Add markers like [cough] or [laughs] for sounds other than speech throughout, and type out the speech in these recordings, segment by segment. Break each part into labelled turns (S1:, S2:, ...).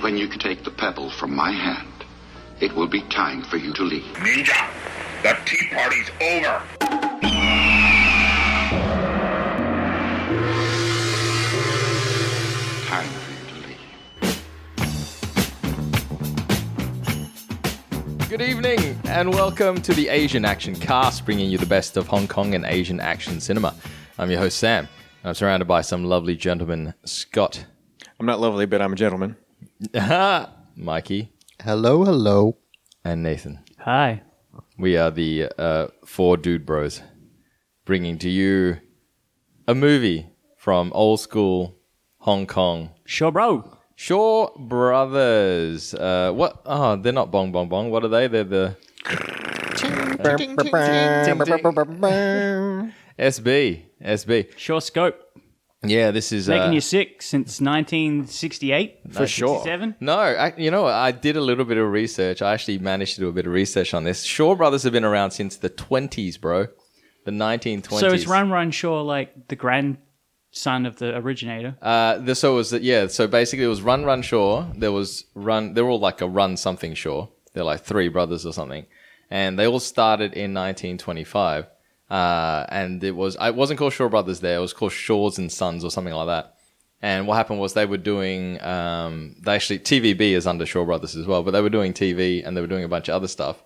S1: When you take the pebble from my hand, it will be time for you to leave.
S2: Ninja, the tea party's over.
S1: Time for you to leave.
S3: Good evening and welcome to the Asian Action Cast, bringing you the best of Hong Kong and Asian action cinema. I'm your host Sam, and I'm surrounded by some lovely gentlemen: Scott,
S4: I'm not lovely, but I'm a gentleman.
S3: Mikey,
S5: Hello, hello.
S3: and Nathan.
S6: Hi.
S3: We are the uh, four dude bros, bringing to you a movie from old school Hong Kong.
S6: Sure, bro.
S3: Shaw Brothers. Uh, what? Oh, they're not Bong Bong Bong. What are they? They're the SB. SB.
S6: Sure scope.
S3: Yeah, this is uh,
S6: Making you sick since 1968.
S3: for sure. No, I, you know, I did a little bit of research. I actually managed to do a bit of research on this. Shaw Brothers have been around since the 20s, bro. The 1920s.
S6: So it's Run Run Shaw, like the grandson of the originator.
S3: Uh, the, so it was yeah. So basically, it was Run Run Shaw. There was Run. They're all like a Run something Shaw. They're like three brothers or something, and they all started in 1925. Uh, and it was it wasn't called Shaw Brothers there. It was called Shaws and Sons or something like that. And what happened was they were doing. Um, they actually TVB is under Shaw Brothers as well, but they were doing TV and they were doing a bunch of other stuff.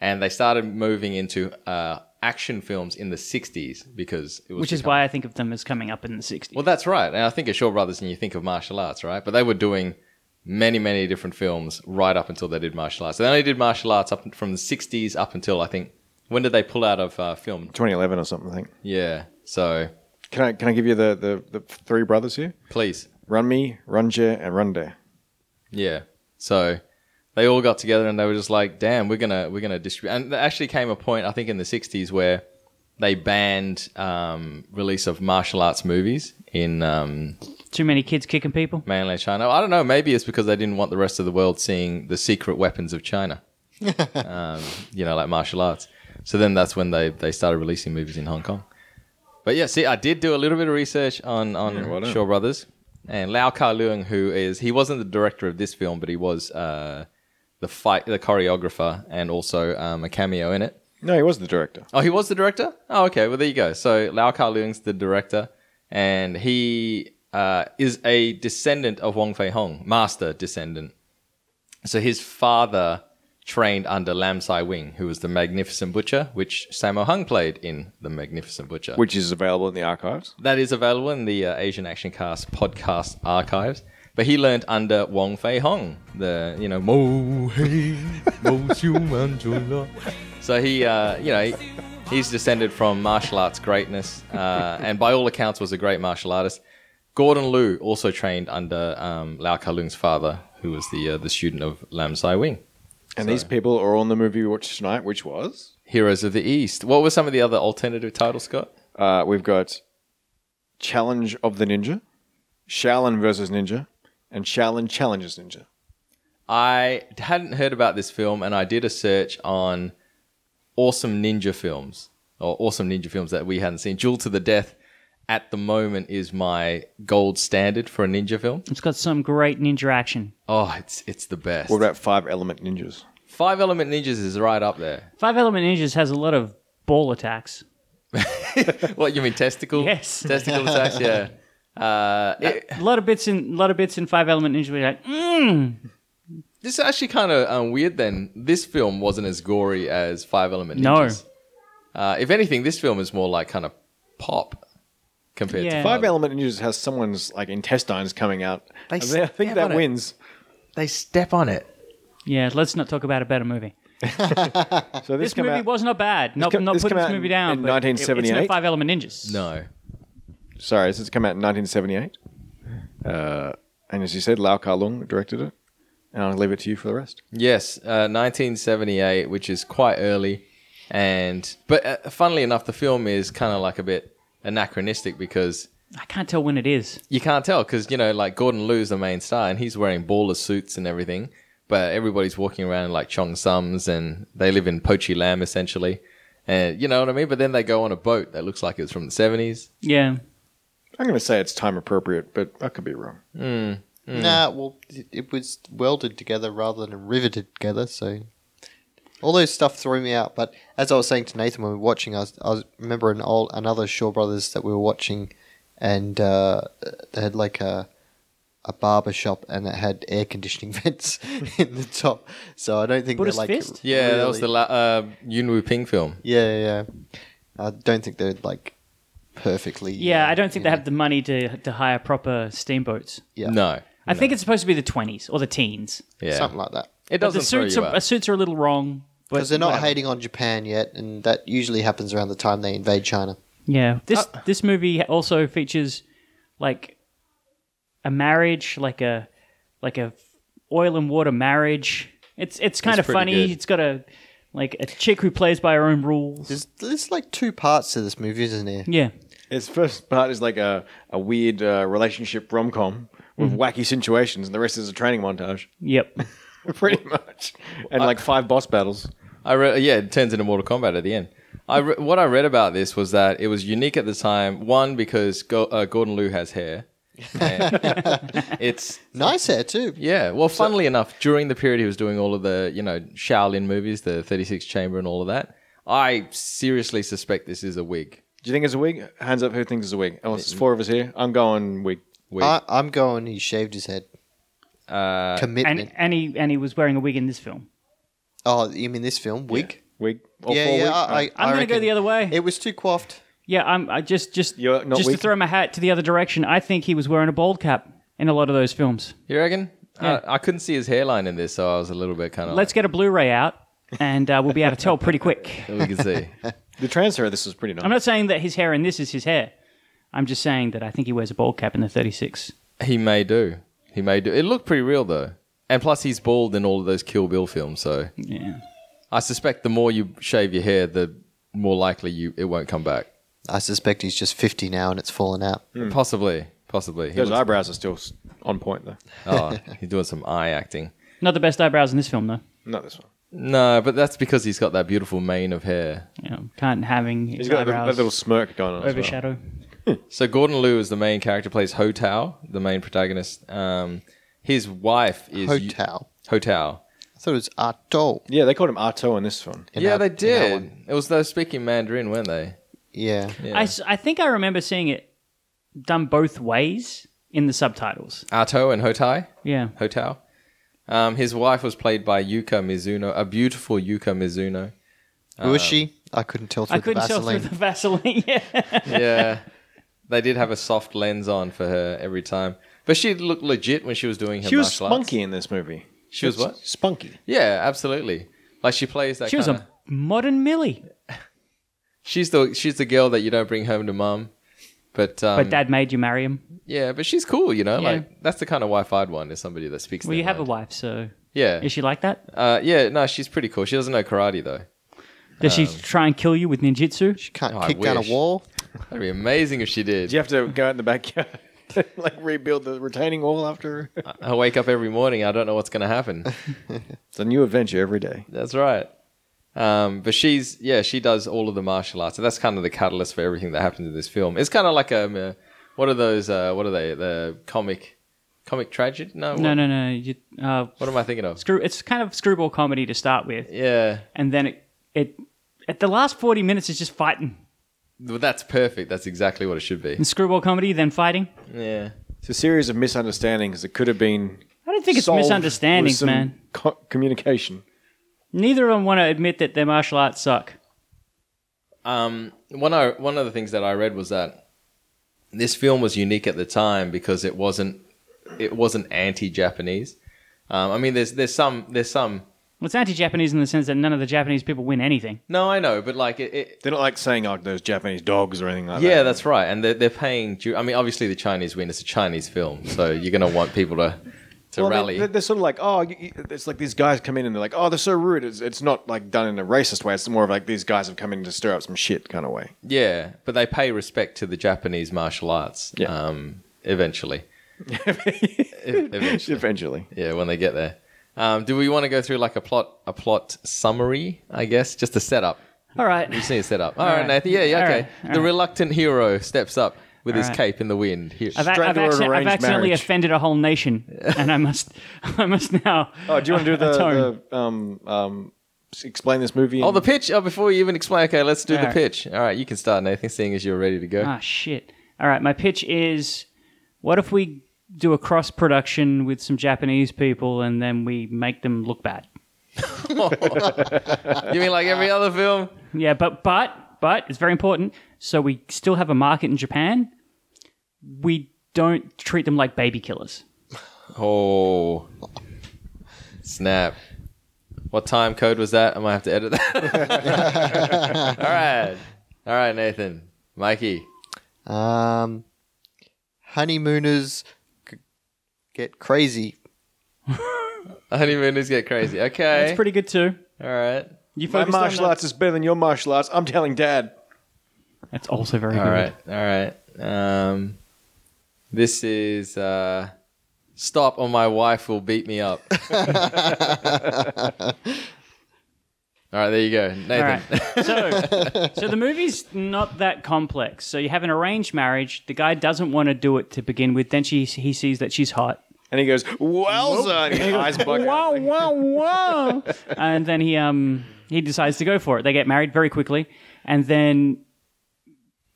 S3: And they started moving into uh, action films in the 60s because it was
S6: which is
S3: becoming-
S6: why I think of them as coming up in the 60s.
S3: well, that's right. And I think of Shaw Brothers and you think of martial arts, right? But they were doing many, many different films right up until they did martial arts. They only did martial arts up from the 60s up until, I think, when did they pull out of uh, film?
S4: 2011 or something. I think.
S3: Yeah. So
S4: Can I can I give you the the, the three brothers here?
S3: please.
S4: Run me, run Runja, and run Runde.
S3: Yeah. So they all got together and they were just like, "Damn, we're gonna we're gonna distribute." And there actually came a point I think in the '60s where they banned um, release of martial arts movies in um,
S6: Too many kids kicking people.
S3: mainland China. I don't know. Maybe it's because they didn't want the rest of the world seeing the secret weapons of China, um, you know, like martial arts. So then that's when they, they started releasing movies in Hong Kong. But yeah, see, I did do a little bit of research on on Shaw Brothers and Lau Kar Leung, who is he wasn't the director of this film, but he was uh, the fight the choreographer and also um, a cameo in it.
S4: No, he was the director.
S3: Oh, he was the director. Oh, okay. Well, there you go. So Lau Kar Leung's the director, and he uh, is a descendant of Wong Fei Hong, master descendant. So his father trained under Lam Sai Wing, who was the Magnificent Butcher, which Sammo Hung played in The Magnificent Butcher.
S4: Which is available in the archives.
S3: That is available in the uh, Asian Action Cast podcast archives. But he learned under Wong Fei Hong, the you know Mo Hei Mo Xiu Man Chu La. So he, uh, you know, he- he's descended from martial arts greatness, uh, and by all accounts was a great martial artist. Gordon Liu also trained under um, Lau Kar Lung's father, who was the uh, the student of Lam Sai Wing.
S4: And these people are all in the movie we watched tonight, which was
S3: Heroes of the East. What were some of the other alternative titles, Scott?
S4: uh, we've got Challenge of the Ninja, Shaolin versus Ninja, and Shaolin challenges Ninja.
S3: I hadn't heard about this film, and I did a search on awesome ninja films or awesome ninja films that we hadn't seen. Jewel to the Death at the moment is my gold standard for a ninja film.
S6: It's got some great ninja action.
S3: Oh, it's it's the best.
S4: What about Five Element Ninjas?
S3: Five Element Ninjas is right up there.
S6: Five Element Ninjas has a lot of ball attacks.
S3: What you mean testicle?
S6: Yes.
S3: [laughs] testicle attacks. Yeah. Uh, it-
S6: A lot of bits in, lot of bits in Five Element Ninja. where you're like, mm.
S3: this is actually kind of um, weird. Then this film wasn't as gory as Five Element
S6: No.
S3: Ninjas. Uh, if anything, this film is more like kind of pop compared to
S6: Yeah.
S4: Five Element Ninjas has someone's like intestines coming out. I think- I think
S3: step
S4: that
S3: on it.
S4: wins.
S3: They step on it.
S6: Yeah, let's not talk about a better movie.
S4: So this,
S6: This
S4: came
S6: movie
S4: out-
S6: was not bad. Not,
S4: come-
S6: not
S4: this
S6: putting
S4: come
S6: this
S4: out
S6: movie
S4: in-
S6: down.
S4: in
S6: but it- It's no
S4: 1978?
S6: Five Element Ninjas.
S3: No.
S4: sorry, this has come out in 1978. Uh, and as you said, Lau Kar Lung directed it. And I'll leave it to you for the rest.
S3: Yes, uh, 1978, which is quite early, and but uh, funnily enough, the film is kind of like a bit anachronistic because
S6: I can't tell when it is.
S3: you can't tell because you know like Gordon Liu's the main star and he's wearing baller suits and everything, but everybody's walking around in like chong sums and they live in Pochi Lam essentially, and you know what I mean. But then they go on a boat that looks like it's from the 70s.
S6: Yeah.
S4: I'm going to say it's time appropriate, but I could be wrong.
S3: Hmm.
S5: Nah, well, it, it was welded together rather than riveted together, so all those stuff threw me out. But as I was saying to Nathan when we were watching, I, was, I was, remember an old another Shaw Brothers that we were watching, and uh, they had like a a barber shop and it had air conditioning [laughs] vents in the top. So I don't think
S6: Buddha's
S5: they're like
S6: Fist?
S3: Yeah, that was the
S5: really-
S3: la- uh, Yun Wu Ping film.
S5: yeah, yeah. I don't think they're like perfectly.
S6: Yeah,
S5: uh,
S6: I don't think
S5: you
S6: they
S5: know.
S6: have the money to to hire proper steamboats.
S5: Yeah.
S3: No,
S6: I think it's supposed to be the twenties or the teens.
S3: yeah,
S5: something like that.
S3: it
S6: But
S3: doesn't
S6: the suits
S3: throw you
S6: are,
S3: out.
S6: uh, suits are a little wrong. but
S5: Because they're not
S6: whatever.
S5: hating on Japan yet, and that usually happens around the time they invade China.
S6: Yeah. This this movie also features like a marriage, like a like a oil and water marriage. It's it's kind
S3: It's
S6: of
S3: pretty
S6: funny.
S3: good.
S6: It's got a like a chick who plays by her own rules.
S5: There's, there's like two parts to this movie, isn't there?
S6: yeah.
S4: Its first part is like a, a weird uh, relationship rom com with wacky situations, and the rest is a training montage, [laughs]
S6: Yep.
S4: pretty much, and like five boss battles.
S3: I re- yeah, it turns into Mortal Kombat at the end. I re- what I read about this was that it was unique at the time. One because Go- uh, Gordon Liu has hair. And it's
S5: Nice hair too.
S3: yeah. Well, funnily enough, during the period he was doing all of the you know Shaolin movies, the Thirty Six Chamber, and all of that, I seriously suspect this is a wig.
S4: Do you think it's a wig? Hands up, who thinks it's a wig? Oh, it's four of us here. I'm going wig.
S3: Wig.
S5: I, I'm going. He shaved his head. Uh, Commitment.
S6: And and he and he was wearing a wig in this film.
S5: oh, you mean this film? Wig.
S4: Wig. Or
S5: yeah,
S4: four
S5: yeah.
S4: wig?
S5: I, I,
S6: I'm
S5: I
S6: gonna go
S5: reckon
S6: the other way.
S5: It was too coiffed.
S6: Yeah, I'm I just just
S4: You're not
S6: just
S4: weak?
S6: to throw my hat to the other direction. I think he was wearing a bald cap in a lot of those films.
S3: You reckon? I, I couldn't see his hairline in this, so I was a little bit kind
S4: Oh.
S3: of.
S6: Let's get a Blu-ray out, and uh, we'll be able to tell pretty quick.
S3: like, we can see.
S4: the transfer. This is pretty nice.
S6: I'm not saying that his hair in this is his hair. I'm just saying that I think he wears a bald cap in the 36.
S3: he may do. He may do. It looked pretty real though, and plus he's bald in all of those Kill Bill films. So
S6: Yeah.
S3: I suspect the more you shave your hair, the more likely you it won't come back.
S5: I suspect he's just 50 now, and it's fallen out.
S3: Possibly, possibly. He
S4: Those
S3: looks-
S4: eyebrows are still s- on point though.
S3: oh, he's doing some eye acting.
S6: Not the best eyebrows in this film, though.
S4: Not this one.
S3: No, but that's because he's got that beautiful mane of hair.
S6: You know, can't having his
S4: He's got that,
S6: eyebrows
S4: that little smirk going on. as well.
S6: overshadow.
S3: So Gordon Liu is the main character, plays Ho Tao, the main protagonist. Um, his wife is
S5: Hotel.
S3: Ho Tao.
S5: I thought it was Arto.
S4: Yeah, they called him Arto in this one.
S5: in
S3: Yeah,
S5: our-
S3: they
S5: in our
S3: did.
S5: one.
S3: It was those speaking Mandarin, weren't they?
S5: Yeah.
S3: Yeah.
S6: I s I I, think I remember seeing it done both ways in the subtitles.
S3: Arto and Hotai.
S6: Yeah.
S3: Hotel. Um, his wife was played by Yuka Mizuno, a beautiful Yuka Mizuno. Uh,
S5: Who was she? I couldn't tell through
S6: I couldn't
S5: the
S6: tell
S5: Vaseline.
S6: through the Vaseline. [laughs] yeah.
S3: Yeah. they did have a soft lens on for her every time. But she looked legit when she was doing her
S4: She was
S3: martial
S4: spunky in this movie.
S3: She was what?
S4: Spunky.
S3: arts. Yeah, absolutely. Like she plays that
S6: She was
S3: kinda-
S6: a modern Millie.
S3: She's the she's the girl that you don't bring home to mum. But um,
S6: But dad made you marry him.
S3: yeah, but she's cool, you know.
S6: Yeah.
S3: Like that's the kind of wife I'd want is somebody that speaks.
S6: Well, you have a wife, so
S3: yeah,
S6: is she like that?
S3: uh, yeah. No, she's pretty cool. She doesn't know karate though.
S6: Does
S4: Um,
S6: she try and kill you with ninjutsu?
S5: Can't
S3: Oh, I
S5: kick down a
S3: wish.
S5: wall.
S3: That'd be amazing if she did.
S4: Do you have to go out in the backyard, [laughs] and, like rebuild the retaining wall after?
S3: I wake up every morning. I don't know what's going to happen.
S4: [laughs] It's a new adventure every day.
S3: That's right. Um, but she's yeah, she does all of the martial arts, and that's kind of the catalyst for everything that happens in this film. It's kind of like um, uh, what are those? Uh, what are they? The comic, comic tragedy? No,
S6: No,
S3: what,
S6: no, no. You, uh,
S3: What am I thinking of?
S6: screw, it's kind of screwball comedy to start with.
S3: Yeah,
S6: and then it, it at the last 40 minutes is just fighting
S3: well, that's perfect. That's exactly what it should be.
S6: and screwball comedy then fighting
S3: Yeah,
S4: It's a series of misunderstandings that could have been.
S6: i don't think it's
S4: solved with
S6: misunderstandings
S4: some
S6: man
S4: co- communication.
S6: neither of them want to admit that their martial arts suck
S3: Um, one I, one of the things that I read was that this film was unique at the time because it wasn't it wasn't anti-Japanese. Um, I mean, there's there's some there's some.
S6: well, it's anti-japanese in the sense that none of the japanese people win anything
S3: No, I know, but like it, it
S4: They're not like saying like those Japanese dogs or anything like that.
S3: Yeah, that's right. And they're, they're paying. Due, I mean, obviously the Chinese win. It's a Chinese film, so you're going to want people to to
S4: Well, they-
S3: rally.
S4: They're, they're sort of like, oh, you, you- it's like these guys come in and they're like, oh, they're so rude. It's, it's not like done in a racist way. It's more of like these guys have come in to stir up some shit kind of way.
S3: yeah, but they pay respect to the Japanese martial arts.
S4: Yeah.
S3: Um,
S4: [laughs]
S3: eventually. E- eventually.
S4: Eventually.
S3: Yeah, when they get there. Um, do we want to go through like a plot a plot summary? I guess just a setup.
S6: all right
S3: You see a setup. All right,
S6: right.
S3: Nathan. Yeah, yeah,
S6: All
S3: okay.
S6: right, all
S3: the
S6: right.
S3: reluctant hero steps up. with his
S6: Alright.
S3: cape in the wind. Here.
S6: I've, I've,
S4: Strangle an
S6: acci- I've
S4: arranged
S6: accidentally
S4: marriage.
S6: offended a whole nation, and I must, [laughs] I must now.
S4: Oh, do you [laughs]
S6: [laughs]
S4: want to do
S6: atone.
S4: the, the um, um, s- explain this movie?
S3: Oh,
S4: in-
S3: the pitch. Oh, before you even explain, okay, let's do the
S6: Alright.
S3: pitch. All right, you can start, Nathan, seeing as you're ready to go.
S6: Ah, shit. All right, my pitch is what if we do a cross production with some Japanese people and then we make them look bad?
S3: You mean like every other film?
S6: Yeah, but, but, but, it's very important. So we still have a market in Japan. We don't treat them like baby killers.
S3: Oh, snap! What time code was that? I might have to edit that. [laughs] all right, all right, Nathan, Mikey.
S5: Um, honeymooners g- get crazy.
S3: Honeymooners get crazy. Okay,
S6: It's pretty good too.
S3: all right,
S6: You
S4: my
S6: focused on
S4: martial
S6: that?
S4: arts is better than your martial arts. I'm telling Dad.
S6: That's also very
S3: all
S6: good.
S3: right, all right. Um, this is uh, stop, or my wife will beat me [laughs] up. all right, there you go, Nathan.
S6: All right.
S3: [laughs]
S6: So, so the movie's not that complex. So you have an arranged marriage. The guy doesn't want to do it to begin with. Then she he sees that she's hot.
S4: And he goes, Wowza! And his eyes bug out.
S6: Wow, wow, wow! [laughs] and then he um he decides to go for it. They get married very quickly, and then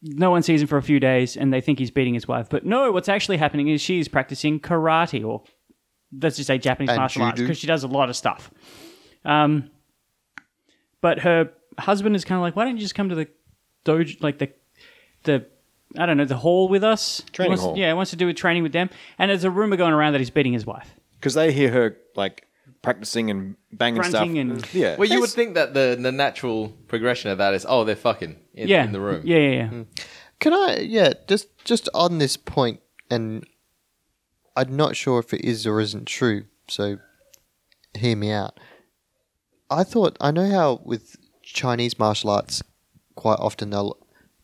S6: no one sees him for a few days, and they think he's beating his wife. But no, what's actually happening is she's practicing karate, or let's just say Japanese
S5: And
S6: martial arts,
S5: judo.
S6: because she does a lot of stuff. Um, but her husband is kind of like, why don't you just come to the dojo, like the the I don't know the hall with us? He
S4: Training
S6: wants-
S4: hall.
S6: Yeah, he wants to do a training with them. And there's a rumor going around that he's beating his wife.
S4: Because they hear her like practicing and banging
S6: Grunting
S4: stuff.
S6: and-
S4: yeah.
S3: Well, you would think that the, the natural progression of that is, oh, they're fucking in,
S6: yeah,
S3: in the room.
S6: Yeah, yeah, yeah.
S5: Can I? Yeah, just just on this point, and I'm not sure if it is or isn't true. So, hear me out. I thought I know how with Chinese martial arts, quite often they'll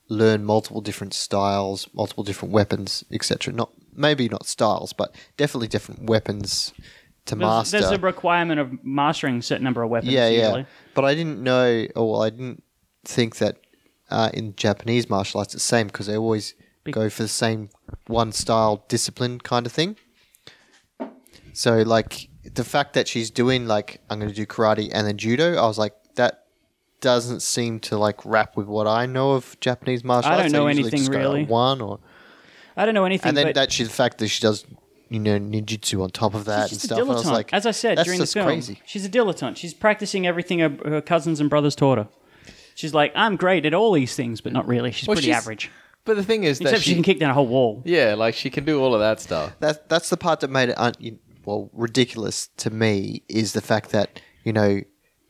S5: learn multiple different styles, multiple different weapons, etc. Not maybe not styles, but definitely different weapons to
S6: There's,
S5: master.
S6: there's a requirement of mastering a certain number of weapons.
S5: yeah, yeah.
S6: usually.
S5: But I didn't know, or well, I didn't think that uh, in Japanese martial arts it's the same because they always go for the same one style discipline kind of thing. So, like the fact that she's doing like I'm going to do karate and then judo, I was like that doesn't seem to like rap with what I know of Japanese martial
S6: I
S5: arts.
S6: don't know
S5: usually
S6: anything
S5: just go
S6: really.
S5: One or
S6: I don't know anything.
S5: and then
S6: but
S5: that she the fact that she does you know ninjutsu on top of that and
S6: she's just a
S5: stuff. And I was
S6: dilettante.
S5: like,
S6: As I said
S5: that's
S6: during the
S5: just
S6: film,
S5: crazy.
S6: she's a dilettante. She's practicing everything her, her cousins and brothers taught her. She's like, I'm great at all these things, but not really. She's
S3: Well,
S6: pretty
S3: she's-
S6: average.
S3: But the thing is that
S6: Except she,
S3: she,
S6: can kick down a whole wall.
S3: yeah, like she can do all of that stuff.
S5: that that's the part that made it un- you- well ridiculous to me is the fact that you know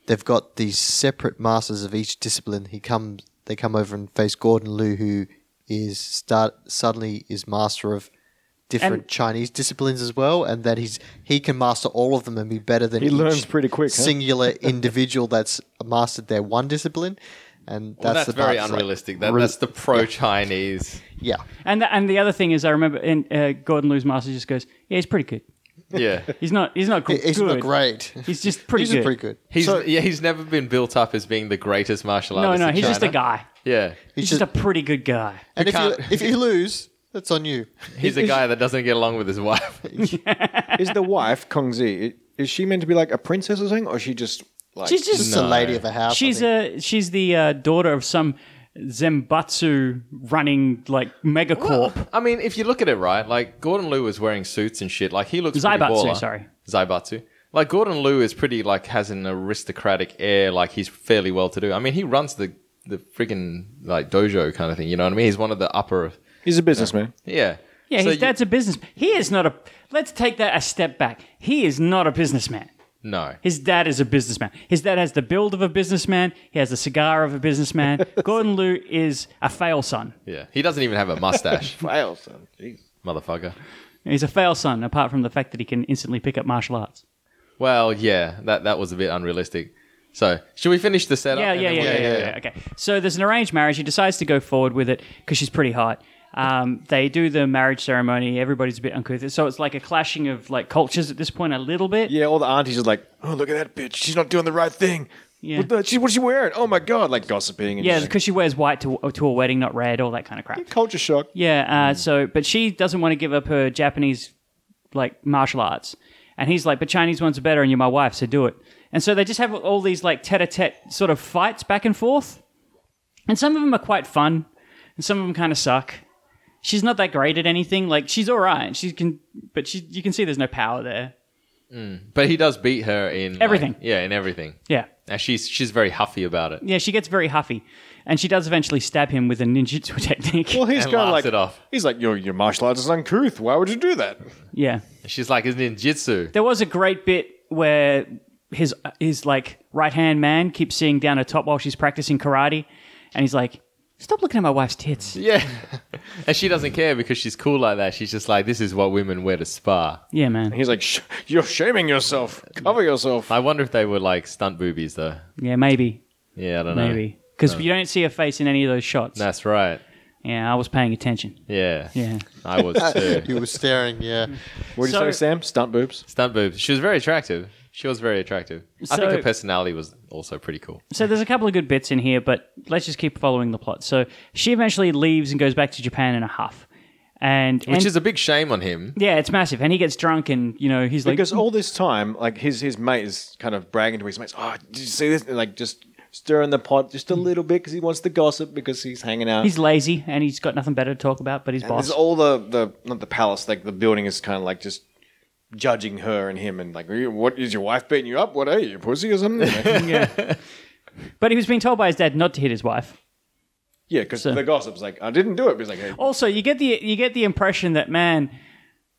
S5: they've got these separate masters of each discipline. He comes, they come over and face Gordon Liu, who is start suddenly is master of different
S6: And-
S5: Chinese disciplines as well, and that he's he can master all of them and be better than
S4: He
S5: each
S4: learns pretty quick, huh? [laughs]
S5: singular individual that's mastered their one discipline. And that's,
S3: Well, that's
S5: the part
S3: very
S5: that's like-
S3: unrealistic. that, that's the pro Chinese.
S5: yeah.
S6: And the, and the other thing is, I remember in, uh, Gordon Liu's master just goes, "Yeah, he's pretty good.
S3: [laughs] Yeah.
S6: He's not. He's not gr-
S5: He's
S6: good.
S5: not great.
S6: He's just pretty
S5: He's
S6: good.
S5: pretty good.
S3: He's, yeah, he's never been built up as being the greatest martial
S6: No,
S3: artist.
S6: no,
S3: in
S6: he's just a
S3: China.
S6: guy.
S3: Yeah.
S6: He's, just,
S5: just-
S6: a pretty good guy.
S5: And if you,
S3: can't-
S5: if you lose, that's on you.
S3: He's a guy that doesn't get along with his wife.
S4: is the wife, Kong Z, is she meant to be like a princess or something? Or is she just like.
S6: She's just
S5: Just a lady of a house. I
S6: She's
S5: think.
S6: a she's the uh, daughter of some Zembatsu running like megacorp.
S3: I mean, if you look at it right, like Gordon Liu is wearing suits and shit. Like he looks pretty
S6: Zaibatsu,
S3: baller.
S6: sorry.
S3: Zaibatsu. Like Gordon Liu is pretty like has an aristocratic air. Like he's fairly well to do. I mean, he runs the the friggin' like dojo kind of thing. You know what I mean? He's one of the upper.
S4: He's a businessman.
S3: Yeah.
S6: yeah,
S3: So
S6: his
S3: you-
S6: dad's a businessman. He is not a. Let's take that a step back. He is not a businessman.
S3: no.
S6: His dad is a businessman. His dad has the build of a businessman. He has the cigar of
S3: [laughs]
S6: a businessman. Gordon Liu is a fail son.
S3: Yeah. He doesn't even have a
S6: [laughs]
S3: mustache,
S4: Wow, son. Jeez.
S3: motherfucker.
S6: He's a fail son, apart from the fact that he can instantly pick up martial arts.
S3: Well, yeah, that that was a bit unrealistic. So, should we finish the setup?
S6: Yeah,
S3: and
S6: yeah,
S3: then
S6: yeah,
S3: we'll-
S6: yeah, yeah, yeah. Okay. So there's an arranged marriage. He decides to go forward with it because she's pretty hot. Um, they do the marriage ceremony. Everybody's a bit uncouth. So it's like a clashing of like cultures at this point, a little bit.
S4: Yeah, all the aunties are like, oh, look at that bitch. She's not doing the right thing.
S6: Yeah.
S4: What, the, she, what's she wearing? Oh my god! Like gossiping. And
S6: Yeah,
S4: just-
S6: because she wears white to, to a wedding, not red, all that kind of crap.
S4: culture shock.
S6: Yeah, uh, so, but she doesn't want to give up her Japanese, like, martial arts. And he's like, but Chinese ones are better, and you're my wife, so do it. And so they just have all these, like, tete a tete sort of fights back and forth. And some of them are quite fun, and some of them kind of suck. She's not that great at anything. Like, she's all right. She can, but she, you can see there's no power there.
S3: But he does beat her in like-
S6: Everything.
S3: yeah, in everything.
S6: Yeah.
S3: And she's she's very huffy about it.
S6: Yeah, she gets very huffy. And she does eventually stab him with a ninjutsu [laughs] technique.
S4: Well, he's
S3: And
S4: kind
S3: laughs
S4: of like
S3: it off.
S4: he's like your your martial arts is uncouth. Why would you do that?
S6: yeah.
S3: She's like it's ninjutsu.
S6: There was a great bit where his his like right hand man keeps seeing down her top while she's practicing karate, and he's like, "Stop looking at my wife's tits."
S3: Yeah. [laughs] and she doesn't care because she's cool like that. She's just like this is what women wear to spa.
S6: Yeah, man.
S4: He's like Sh- you're shaming yourself. Cover yourself.
S3: I wonder if they were like stunt boobies though.
S6: Yeah, maybe,
S3: Yeah, I don't know.
S6: maybe, because you don't see her face in any of those shots.
S3: That's right.
S6: Yeah, I was paying attention.
S3: Yeah.
S6: Yeah.
S3: I [laughs] was too.
S5: You were staring, [laughs] yeah.
S4: What do you
S6: So-
S4: say, Sam? Stunt boobs.
S3: Stunt boobs. She was very attractive. She was very attractive. I think
S6: So-
S3: her personality was also pretty cool.
S6: So there's a couple of good bits in here, but let's just keep following the plot. So she eventually leaves and goes back to Japan in a huff, and
S3: Which is a big shame on him.
S6: yeah, it's massive. And he gets drunk, and you know he's like,
S4: Because all this time, like his his mate is kind of bragging to his mates. Oh, did you see this? And, like just stirring the pot just a little bit because he wants to gossip because he's hanging out.
S6: he's lazy and he's got nothing better to talk about but his
S4: And
S6: boss.
S4: There's all the, the not the palace, like the building is kind of like just judging her and him, and like, "Are you- what is your wife beating you up? What are you, pussy or something? yeah,
S6: but he was being told by his dad not to hit his wife.
S4: because the gossip's like, I didn't do it. But he's like, hey,
S6: Also, you get the you get the impression that man,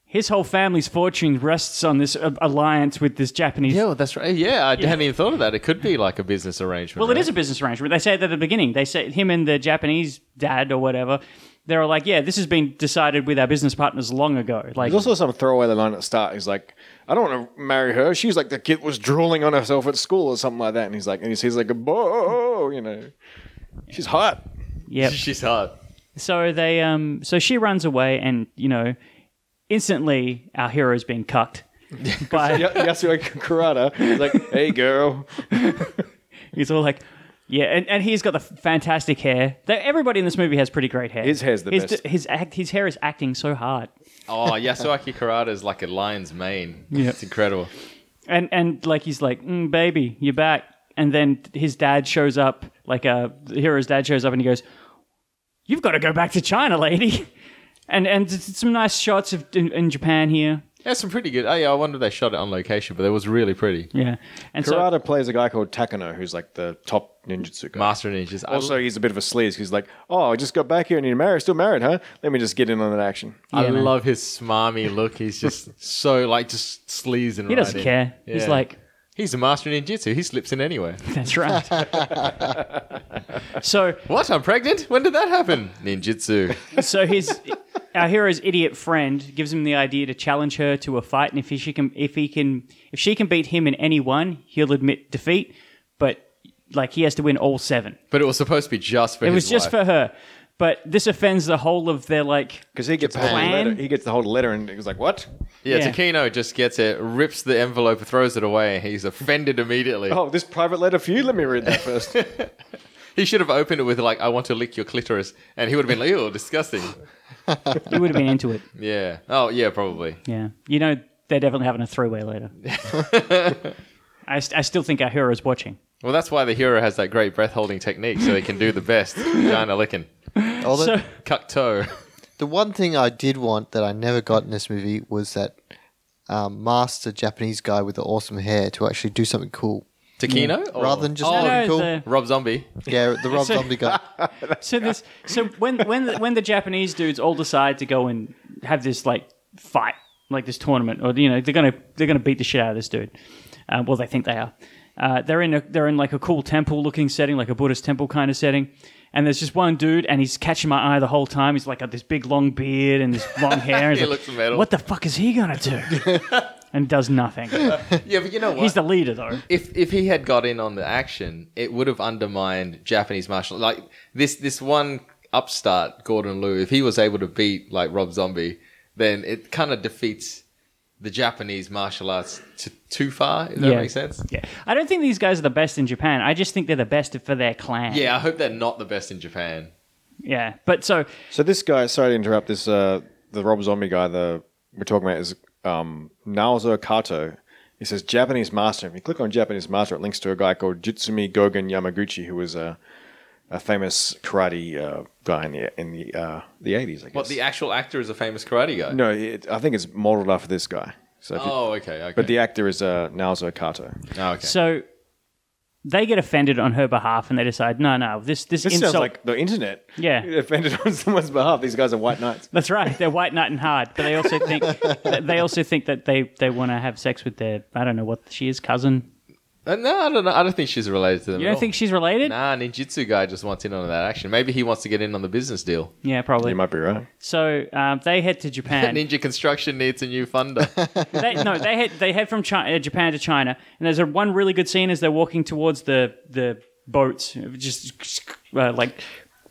S6: his whole family's fortune rests on this uh, alliance with this Japanese.
S3: Yeah, well, that's right. Yeah, I hadn't even thought of that. It could be like a business arrangement.
S6: Well, it
S3: right?
S6: is a business arrangement. They say it at the beginning. They say him and the Japanese dad or whatever. They're like, yeah, this has been decided with our business partners long ago. Like,
S4: there's also some throwaway line at the start. He's like, I don't want to marry her. She's like, the kid was drooling on herself at school or something like that. And he's like, and he sees like a bo, you know, she's hot.
S3: [laughs]
S6: yeah.
S3: She's hot.
S6: So they um, so she runs away, and you know, instantly our hero's been cucked.
S4: [laughs]
S6: by
S4: Y- [laughs] Yasuo Kurata is like, hey girl,
S6: he's all like. Yeah, and, and he's got the f- fantastic hair. They- Everybody in this movie has pretty great hair.
S4: His hair's the
S6: his,
S4: best.
S6: His act, his hair is acting so hard.
S3: Oh, Yasuaki Karada is like a lion's mane. It's incredible.
S6: and and like he's like, mm, baby, you're back. And then his dad shows up, like uh, the hero's dad shows up, and he goes, "You've got to go back to China, lady." [laughs] And and it's some nice shots of in, in Japan here.
S3: Yeah, some pretty good. Oh, yeah, I wonder if they shot it on location, but it was really pretty.
S6: Yeah, and so
S4: Kurata plays a guy called Takano, who's like the top ninjutsu guy.
S3: Master Ninjas. I-
S4: Also, he's a bit of a sleaze. 'cause He's like, "Oh, I just got back here and you're married, still married, huh? Let me just get in on that action."
S3: I
S6: Yeah, man.
S3: love his smarmy look. He's just
S4: [laughs]
S3: so like just sleazing.
S6: he doesn't care. He's like,
S3: he's a master in ninjutsu. He slips in anywhere.
S6: "That's right." so
S3: what? I'm pregnant? When did that
S4: [laughs]
S3: happen? Ninjutsu.
S6: so his our hero's idiot friend gives him the idea to challenge her to a fight, and if he, she can, if he can, if she can beat him in any one, he'll admit defeat. But like he has to win all seven.
S3: But it was supposed to be just for.
S6: It was just for her. But this offends the whole of their like.
S4: Because he gets the
S6: Plan?
S4: whole letter. He gets the whole letter, and he's like, "What?
S3: Yeah,
S6: Yeah.
S3: Takino just gets it, rips the envelope, throws it away. He's offended immediately.
S4: Oh, this private letter for you? Let me read that first.
S3: He should have opened it with like, "I want to lick your clitoris," and he would have been like, "Ew, disgusting."
S6: You would have been into it.
S3: Yeah. Oh, yeah, probably.
S6: Yeah. You know, they're definitely having a three way later. I, st- I still think our hero's watching.
S3: Well, that's why the hero has that great breath holding technique, so he can do the
S4: [laughs]
S3: best vagina licking.
S5: Although,
S6: So,
S3: Cuck toe.
S5: the one thing I did want that I never got in this movie was that um, master Japanese guy with the awesome hair to actually do something [laughs] cool.
S3: Takino? Or-
S5: Rather than just
S3: Oh,
S5: something
S6: No, no,
S5: cool.
S6: the-
S3: Rob Zombie.
S5: Yeah, the Rob
S6: So-
S5: Zombie
S6: [laughs]
S5: guy.
S6: so this, so when when the, when the Japanese dudes all decide to go and have this like fight, like this tournament, or you know they're gonna they're gonna beat the shit out of this dude. Uh, well, they think they are. Uh, they're in a they're in like a cool temple looking setting, like a Buddhist temple kind of setting. And there's just one dude, and he's catching my eye the whole time. He's like got this big long beard and this
S3: [laughs]
S6: long hair. He's
S3: He
S6: like,
S3: looks metal.
S6: What the fuck is he
S3: [laughs]
S6: gonna do? and does nothing.
S3: [laughs] Yeah, but you know [laughs] what?
S6: He's the leader though.
S3: if if he had got in on the action, it would have undermined Japanese martial like this this one upstart Gordon Liu. If he was able to beat like Rob Zombie, then it kind of defeats the Japanese martial arts t- too far. If that
S6: Yeah.
S3: makes sense.
S6: Yeah. I don't think these guys are the best in Japan. I just think they're the best for their clan.
S3: Yeah, I hope they're not the best in Japan.
S6: Yeah. But so
S4: So this guy, sorry to interrupt. This uh, the Rob Zombie guy, the we're talking about is um, Naozo Kato. He says Japanese master. If you click on Japanese master, it links to a guy called Jitsumi Gogen Yamaguchi, who was a, a famous karate uh, guy in the in the uh, the eighties. I guess.
S3: What the actual actor is a famous karate guy.
S4: no, it, I think it's modeled after this guy. So if you-
S3: Oh, okay, okay.
S4: but the actor is uh, Naozo Kato.
S3: oh, okay.
S6: so they get offended on her behalf and they decide, no, no, this this,
S4: This
S6: insult
S4: sounds like the internet.
S6: Yeah.
S4: [laughs] offended on someone's behalf. These guys are white knights.
S6: [laughs] That's right. They're white nut and hard, but they also think they also think that they, they want to have sex with their I don't know what she is cousin.
S3: Uh, no, I don't know. I don't think she's related to them.
S6: You
S3: at
S6: don't
S3: all.
S6: think she's related?
S3: Oh. [laughs] Nah, ninjutsu guy just wants in on that action. Maybe he wants to get in on the business deal. [laughs]
S6: Yeah, probably.
S4: You might be right.
S6: So um, they head
S3: [laughs]
S6: to Japan.
S3: Ninja Construction needs a new funder.
S6: [laughs] they, no, they head they head from China, Japan to China, and there's a one really good scene as they're walking towards the the boats, just uh, like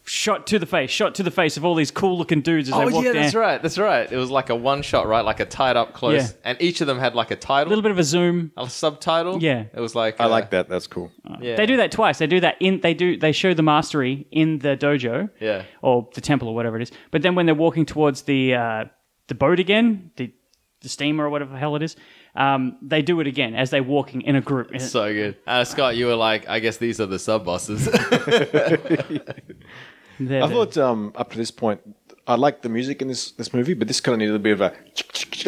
S6: shot to the face, shot to the face of all these cool looking dudes as they
S3: oh
S6: walk
S3: yeah,
S6: down.
S3: that's right. That's right. It was like a one shot, right? Like a tied up close,
S6: Yeah.
S3: and each of them had like a
S6: A
S3: title,
S6: little bit of a zoom.
S3: a subtitle.
S6: Yeah.
S3: it was like uh,
S4: I like that. That's cool.
S3: Yeah.
S6: They do that twice. They do that in they do they show the mastery in the dojo.
S3: Yeah.
S6: Or the temple or whatever it is. But then when they're walking towards the uh, the boat again, the the steamer or whatever the hell it is, um, they do it again as they're walking in a group.
S3: [laughs] So good, uh, Scott. You were like, I guess these are the sub bosses. [laughs]
S6: They're
S4: I
S6: the-
S4: thought um, up to this point, I liked the music in this this movie, but this kind of needed a bit of a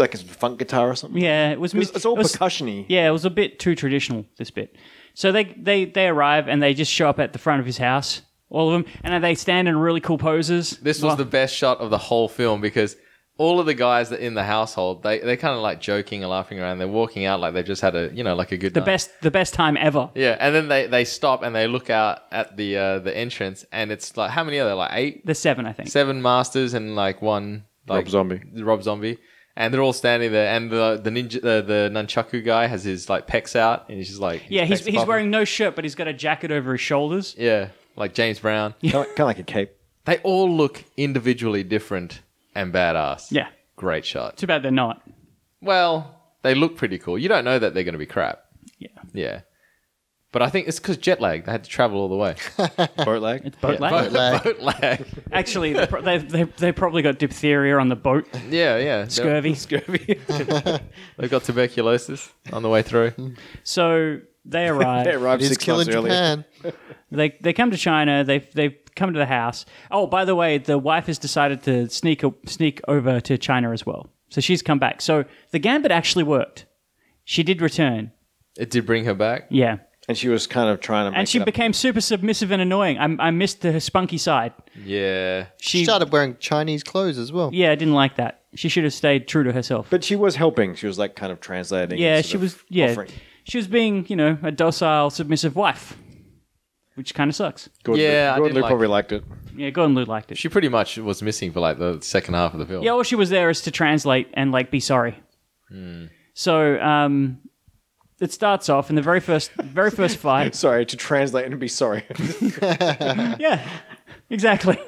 S4: like a funk guitar or something.
S6: yeah, it was
S4: It's, it's all
S6: it was-
S4: percussion-y.
S6: Yeah, it was a bit too traditional. This bit. So they they they arrive and they just show up at the front of his house, all of them, and they stand in really cool poses.
S3: this was the best shot of the whole film because all of the guys that in the household, they they're kind of like joking and laughing around. They're walking out like they just had a you know like a good
S6: the
S3: night.
S6: best the best time ever.
S3: Yeah, and then they, they stop and they look out at the uh, the entrance, and it's like how many are there? Like eight,
S6: The seven, I think.
S3: seven masters, and like one like,
S4: Rob Zombie.
S3: Rob Zombie, and they're all standing there, and the the ninja uh, the nunchaku guy has his like pecs out, and he's just like
S6: Yeah,
S3: his
S6: he's,
S3: pecs
S6: he's
S3: popping.
S6: wearing no shirt, but he's got a jacket over his shoulders.
S3: yeah like James Brown.
S4: kind, of, kind of like a cape.
S3: They all look individually different and badass.
S6: Yeah.
S3: great shot.
S6: Too bad they're not.
S3: Well, they look pretty cool. You don't know that they're going to be crap.
S6: Yeah.
S3: Yeah. But I think it's because jet lag. They had to travel all the way.
S4: Boat [laughs] leg.
S6: Boat lag.
S3: Boat [laughs]
S5: lag.
S3: Boat lag.
S6: Actually, they, pro- they, they, they probably got diphtheria on the boat.
S3: Yeah, yeah. They're-
S6: Scurvy. Scurvy.
S3: They've got tuberculosis on the way
S6: [laughs]
S3: through.
S6: Mm. so they arrive.
S4: [laughs] They arrived
S5: It's
S4: six
S5: killing
S4: months early.
S5: Japan.
S6: they, they come to China. They, they come to the house. Oh, by the way, the wife has decided to sneak, o- sneak over to China as well. So she's come back. So the gambit actually worked. She did return.
S3: It did bring her back.
S6: Yeah.
S4: And she was kind of trying to. Make
S6: And she
S4: it up.
S6: became super submissive and annoying. I, I missed the, her spunky side.
S3: Yeah.
S5: She
S6: She,
S5: started wearing Chinese clothes as well.
S6: yeah, I didn't like that. She should have stayed true to herself.
S4: But she was helping. She was like kind of translating.
S6: Yeah,
S4: and
S6: she
S4: sort
S6: was.
S4: of
S6: Yeah,
S4: offering.
S6: she was being, you know, a docile, submissive wife, which kind of sucks.
S4: Gordon
S3: Yeah,
S4: Liu-
S3: I
S4: Gordon
S3: did
S4: Liu
S3: like
S4: probably liked it.
S6: Yeah, Gordon Liu liked it.
S3: She pretty much was missing for like the second half of the film.
S6: yeah, all she was there is to translate and like be sorry.
S3: Hmm.
S6: So um, it starts off in the very first,
S3: [laughs]
S6: very first fight.
S4: Sorry to translate and be [laughs] sorry.
S6: yeah, exactly.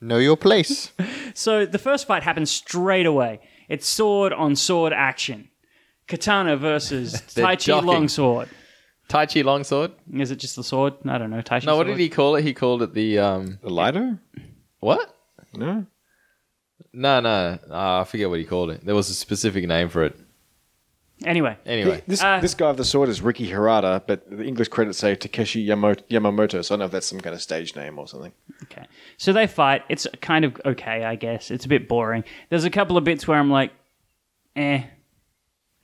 S5: Know your
S6: [laughs]
S5: place.
S6: So the first fight happens straight away. It's sword on sword action. Katana versus
S3: [laughs] They're
S6: Tai Chi
S3: jocking.
S6: longsword.
S3: Tai Chi Longsword?
S6: Is it just the sword? I don't know. Tai Chi
S3: No, what
S6: sword?
S3: did he call it? He called it the um
S4: the lighter?
S3: what?
S4: No.
S3: No, no. Uh, I forget what he called it. There was a specific name for it.
S6: Anyway,
S3: Anyway.
S4: This,
S6: Uh,
S4: this guy of the sword is Ricky Hirata, but the English credits say Takeshi Yamo- Yamamoto, so I don't know if that's some kind of stage name or something.
S6: Okay. So they fight. It's kind of okay, I guess. It's a bit boring. There's a couple of bits where I'm like, eh.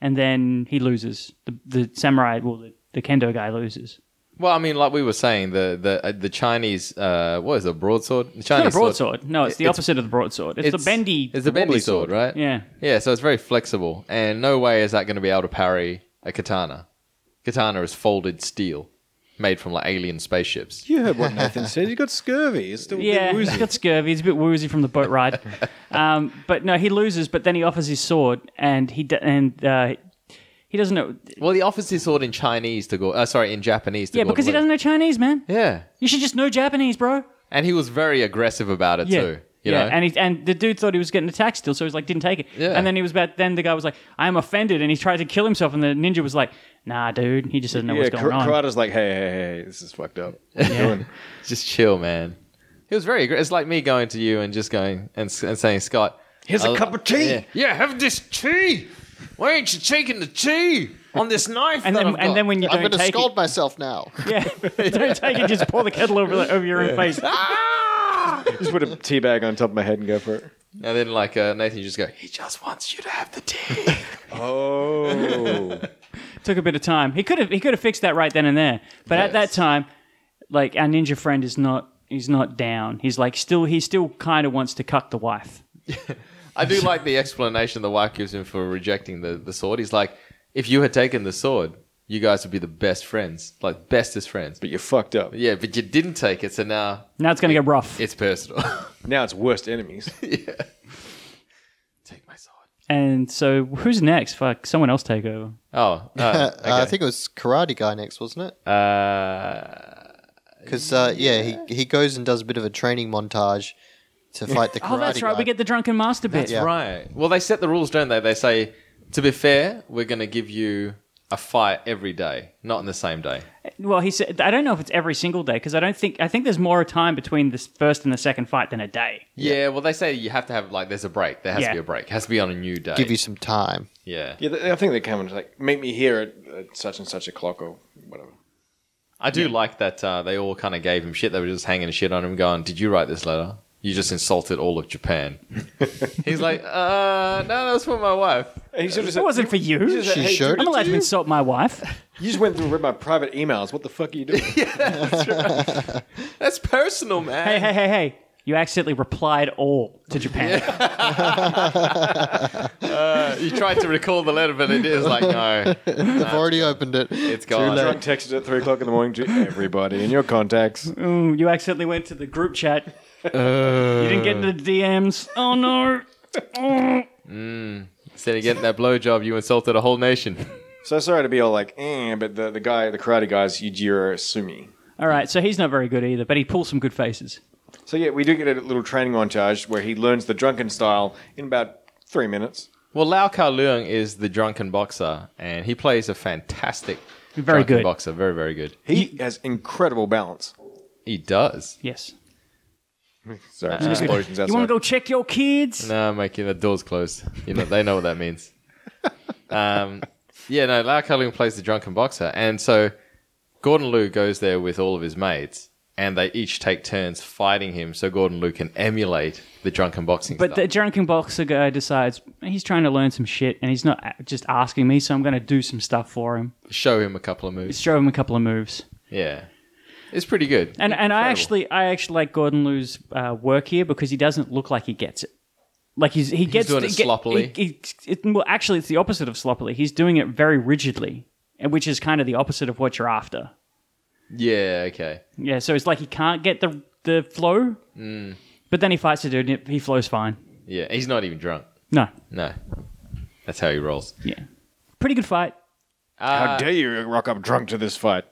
S6: And then he loses. The, the samurai, well, the, the kendo guy loses.
S3: Well, I mean, like we were saying, the the uh, the Chinese uh, what is it, broadsword? The Chinese
S6: It's not a
S3: sword.
S6: broadsword. No, it's the
S3: It's-
S6: opposite of the broadsword. It's, the bendy.
S3: It's the bendy
S4: wobbly
S3: sword,
S4: sword.
S3: right?
S6: Yeah.
S3: Yeah, so it's very flexible, and no way is that going to be able to parry a katana. Katana is folded steel, made from like alien spaceships.
S4: You heard what Nathan said. He got scurvy. It's still a bit
S6: yeah,
S4: woozy.
S6: he's got scurvy. He's a bit woozy from the boat ride.
S3: [laughs]
S6: um, but no, he loses. But then he offers his sword, and he d- and uh, he doesn't know.
S3: Well, he offers his sword in Chinese to go. Uh, sorry, in Japanese. To
S6: Yeah, because he doesn't know Chinese, man.
S3: Yeah,
S6: You should just know Japanese, bro.
S3: and he was very aggressive about it
S6: Yeah.
S3: too. You
S6: yeah,
S3: know?
S6: and he, and the dude thought he was getting attacked still, so he's like, didn't take it.
S3: Yeah.
S6: And then he was about. Then the guy was like, "I'm offended," and he tried to kill himself, and the ninja was like, "Nah, dude, he just doesn't know
S4: yeah,
S6: what's going
S4: Kar-
S6: on."
S4: Karada's like, hey, hey, hey, this is fucked
S6: [laughs]
S4: up. What are you doing?
S3: just chill, man. He was very. aggr- It's like me going to you and just going and, s- and saying, Scott,
S4: Here's a
S3: I-
S4: cup of tea.
S3: Yeah. yeah, have this tea. Why ain't you taking the tea on this knife?
S6: and
S3: that
S6: then
S3: I've
S6: and
S3: got?"
S6: then when you
S5: I'm
S6: don't
S5: going to
S6: take
S5: scold
S6: it,
S5: myself now.
S6: yeah, [laughs] don't take it, just pour the kettle over the, over your own face.
S3: Ah!
S4: Just put a tea bag on top of my head and go for it.
S3: and then like uh, Nathan, you just go. He just wants you to have the tea.
S4: Oh.
S6: Took a bit of time. He could have he could have fixed that right then and there, but at that
S3: Yes.
S6: time, like our ninja friend is not he's not down. He's like still he still kind of wants to cuck the wife.
S3: I do like the explanation the wife gives him for rejecting the, the sword. He's like, if you had taken the sword, you guys would be the best friends, like bestest friends.
S4: [laughs] but you're fucked up.
S3: Yeah, but you didn't take it, so now
S6: Now it's gonna get rough.
S3: it's personal. [laughs]
S4: Now it's worst enemies.
S3: take my sword.
S6: And so who's next? Fuck, someone else take over.
S3: Oh, [laughs] uh,
S5: [laughs] Uh, I think it was Karate Guy next, wasn't it?
S3: uh,
S5: Because uh, yeah, he, he goes and does a bit of a training montage to fight the Karate
S6: [laughs] Oh, that's right.
S5: Guy.
S6: We get the drunken master bit.
S5: Yeah.
S3: right. Well, they set the rules, don't they? They say, to be fair, we're going to give you a fight every day, not in the same day.
S6: Well, he said I don't know if it's every single day because I don't think I think there's more time between the first and the second fight than a day.
S3: Yeah. well, they say you have to have like there's a break. There has
S6: Yeah.
S3: to be a break. has to be on a new day.
S5: give you some time.
S3: yeah.
S4: yeah, they- I think they come and like, meet me here at, at such and such a clock or whatever.
S3: I do like that uh, they all kind of gave him shit. They were just hanging shit on him, going, "Did you write this letter? You just insulted all of
S6: [laughs]
S3: Japan." He's like, "Uh, no, that was for my wife."
S4: And he sort of
S6: It wasn't for you.
S5: She showed
S6: I'm allowed to insult my wife.
S4: You just went through and read my private emails. What the fuck are you
S6: [laughs]
S4: doing?
S3: That's personal,
S6: hey,
S3: man.
S6: hey, hey, hey. You accidentally replied all to Japan.
S3: You tried to recall the letter, but it is like,
S6: [laughs]
S3: no,
S5: I've already opened it.
S3: it's gone.
S4: Drunk texted at three o'clock in the morning to everybody in your contacts.
S6: Ooh, [laughs] you accidentally went to the group chat. you didn't get the DMs. Oh, no.
S3: Instead of getting that blowjob, you insulted a whole
S6: [laughs]
S3: nation.
S4: So sorry to be all like, eh, but the, the guy, the karate guy's Yujiro Sumi.
S6: All right, so he's not very good either, but he pulls some good faces.
S4: So yeah, we do get a little training montage where he learns the drunken style in about three minutes.
S3: Well, Lau Kar Leung is the drunken boxer, and he plays a fantastic,
S6: Very
S3: drunken
S6: good.
S3: boxer. Very, very good.
S4: He has incredible balance.
S3: He does.
S6: Yes.
S4: Sorry,
S6: Uh,
S4: some explosions outside.
S6: You want to go check your kids?
S3: No, Mikey, the door's closed. You know, they know what that means. Um, yeah, no, Lau Kaling plays the drunken boxer, and so Gordon Liu goes there with all of his mates, and they each take turns fighting him, so Gordon Liu can emulate the drunken boxing.
S6: But the
S3: style.
S6: drunken boxer guy decides he's trying to learn some shit and he's not a- just asking me, so I'm going to do some stuff for him.
S3: show him a couple of moves.
S6: Show him a couple of moves.
S3: Yeah, it's pretty good.
S6: And and
S3: Incredible.
S6: I actually I actually like Gordon Liu's uh, work here because he doesn't look like he gets it. Like he's he gets
S3: doing
S6: the-
S3: it
S6: get-
S3: sloppily.
S6: he- he- it- well, actually, it's the opposite of sloppily. He's doing it very rigidly, and which is kind of the opposite of what you're after.
S3: yeah, okay.
S6: Yeah, so it's like he can't get the the flow, but then he fights the dude. And he flows fine.
S3: Yeah, he's not even drunk.
S6: No,
S3: No, that's how he rolls.
S6: yeah, pretty good fight. Uh,
S4: How dare you rock up drunk to this fight?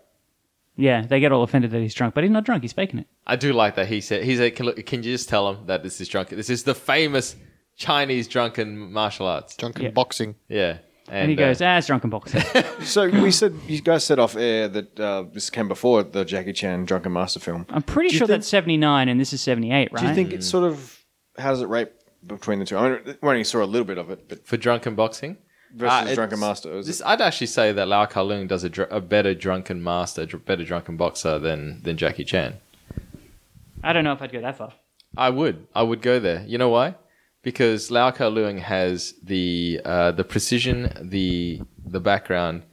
S6: Yeah, they get all offended that he's drunk, but he's not drunk. He's faking it.
S3: I do like that he said he said, "Can, look, can you just tell him that this is drunken? This is the famous Chinese drunken martial arts."
S5: Drunken
S6: Yeah.
S5: boxing.
S3: Yeah.
S6: And he
S3: uh,
S6: goes, ah, it's drunken boxing.
S4: So we said you guys said off air that uh, this came before the Jackie Chan Drunken Master film.
S6: I'm pretty
S4: Do you
S6: sure
S4: think-
S6: that's 79 and this is 78, right?
S4: Do you think it's sort of how does it rate between the two? I mean, we only saw a little bit of it, but
S3: for drunken boxing
S4: versus
S6: Uh,
S3: it's-
S4: Drunken Master, is
S3: This, I'd actually say that Lau Kar Leung does a, dr- a better drunken master, dr- better drunken boxer than than Jackie Chan.
S6: I don't know if I'd go that far.
S3: I would, I would go there. You know why? Because Lau Kar Leung has the uh, the precision, the the background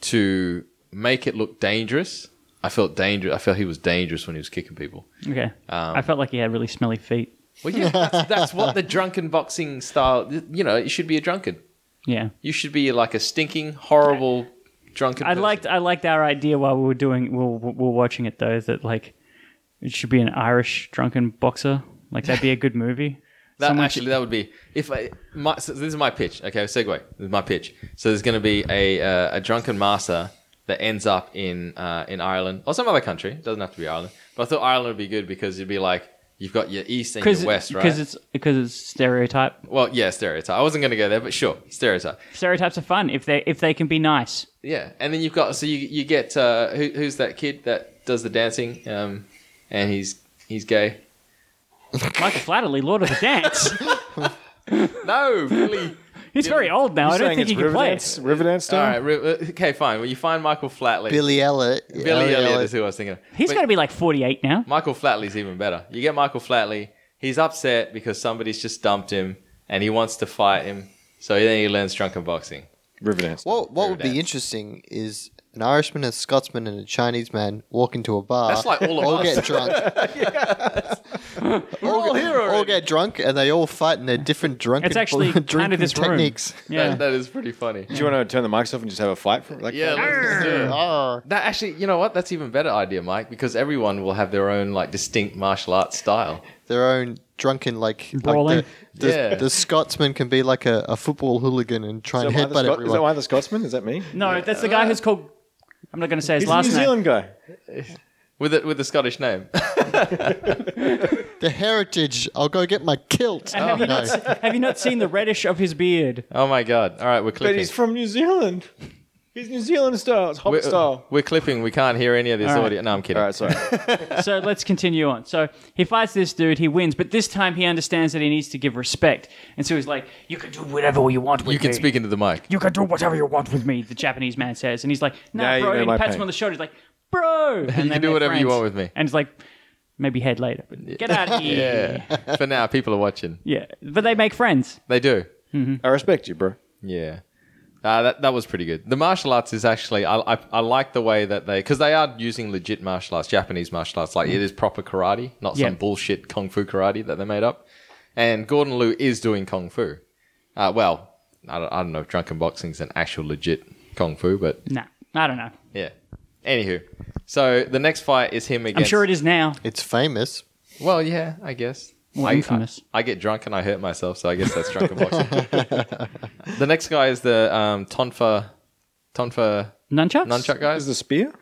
S3: to make it look dangerous. I felt dangerous. I felt he was dangerous when he was kicking people.
S6: Okay. I
S3: Um,
S6: felt like he had really smelly feet.
S3: Well, yeah,
S6: [laughs]
S3: that's, that's what the drunken boxing style. You know, it should be a drunken.
S6: Yeah.
S3: You should be like a stinking, horrible drunken.
S6: I
S3: person.
S6: liked I liked our idea while we were doing we were, we were watching it though that like it should be an Irish drunken boxer. Like that'd be a good movie.
S3: [laughs] That
S6: Someone
S3: actually, that would be if I. My, so this is my pitch. Okay, segue. This is my pitch. So there's going to be a uh, a drunken master that ends up in uh, in Ireland or some other country. It doesn't have to be Ireland. But I thought Ireland would be good because it'd be like You've got your east and
S6: Because
S3: your west, right?
S6: it's because it's stereotype.
S3: well, yeah, stereotype. I wasn't going to go there, but sure, stereotype.
S6: Stereotypes are fun if they if they can be nice.
S3: Yeah, and then you've got so you you get uh, who, who's that kid that does the dancing, um, and he's he's gay.
S6: Michael Flatterly, Lord of the
S3: [laughs]
S6: Dance.
S3: No, really.
S6: He's very old now. I don't think he can play. it.
S4: Riverdance, Riverdance
S3: All
S4: time?
S3: right, re- uh, okay, fine. Well, you find Michael Flatley.
S5: Billy Elliot.
S3: Billy Elliot is who I was thinking. of.
S6: He's
S3: But
S6: got to be like 48 now.
S3: Michael Flatley's even better. You get Michael Flatley. He's upset because somebody's just dumped him, and he wants to fight him. So then he learns drunken boxing.
S4: Riverdance.
S5: What what would
S3: Riverdance.
S5: be interesting is an Irishman, a Scotsman, and a Chinese man walk into a bar.
S3: That's like all of
S5: all
S3: us.
S5: get
S3: [laughs]
S5: drunk.
S3: We're all here already.
S5: all get drunk and they all fight in their different [laughs] drunken
S3: [laughs]
S6: It's actually
S5: drinking
S6: kind of this room.
S5: techniques.
S6: Yeah.
S3: That, that is pretty funny.
S4: Do you want to turn the mics off and just have a fight for it? Like, uh,
S3: Yeah, let's just do
S5: [laughs]
S3: it.
S5: Ah.
S3: That actually, you know what? That's even better idea, Mike, because everyone will have their own like distinct martial arts style.
S5: Their own drunken like,
S6: Brawling.
S5: like the, the,
S3: Yeah.
S5: the Scotsman can be like a, a football hooligan and try
S4: Is
S5: and
S4: that, why the Scot- is
S5: headbutt
S4: that
S5: everyone.
S4: why the Scotsman? Is that me?
S6: No, that's the guy who's called. I'm not going to say his
S4: He's
S6: last
S4: a New
S6: name.
S4: Zealand guy.
S3: With a, with a Scottish name. [laughs]
S5: The heritage. I'll go get my kilt.
S6: And have, you
S5: no.
S6: not, se- have you not seen the reddish of his beard?
S3: oh my god! All right, we're
S4: But
S3: clipping.
S4: he's from New Zealand. He's New Zealand style. It's
S3: we're, uh,
S4: Hobbit style.
S3: we're clipping. We can't hear any of this
S6: All right.
S3: audio. No, I'm kidding.
S4: All right, sorry.
S6: so let's continue on. So he fights this dude, he wins, but this time he understands that he needs to give respect. And so he's like, You can do whatever you want with
S3: you can
S6: me.
S3: speak into the mic.
S6: You can do whatever you want with me, the Japanese man says. And he's like,
S4: Now
S6: Nah,
S4: you
S6: bro.
S4: know
S6: and
S4: my
S6: he pats
S4: pain.
S6: him on the shoulder. He's like, Bro. And
S3: can
S6: then
S3: do
S6: they're
S3: whatever [laughs] you
S6: friends.
S3: want with me.
S6: And he's like, Maybe head later. But get out of here.
S3: For now, people are watching.
S6: yeah. But they make friends.
S3: They do.
S4: [laughs] I respect you, bro.
S3: Yeah. Uh, that, that was pretty good. The martial arts is actually, I, I, I like the way that they, because they are using legit martial arts, Japanese martial arts. Like, it is proper karate, not some
S6: Mm. Yeah.
S3: bullshit kung fu karate that they made up. And Gordon Liu is doing kung fu. Uh, well, I don't, I don't know if drunken boxing's an actual legit kung fu, but
S6: Nah. I don't know.
S3: yeah. Anywho, so the next fight is him
S6: I'm
S3: against.
S6: sure it is now.
S5: It's famous.
S3: Well, yeah, I guess.
S6: Well,
S3: I,
S6: infamous.
S3: I, I get drunk and I hurt myself, so I guess that's drunken
S6: [laughs]
S3: boxing. the next guy is the um, Tonfa, Tonfa
S6: [laughs] Nunchucks?
S3: nunchuck
S4: Is
S3: guys.
S4: the spear?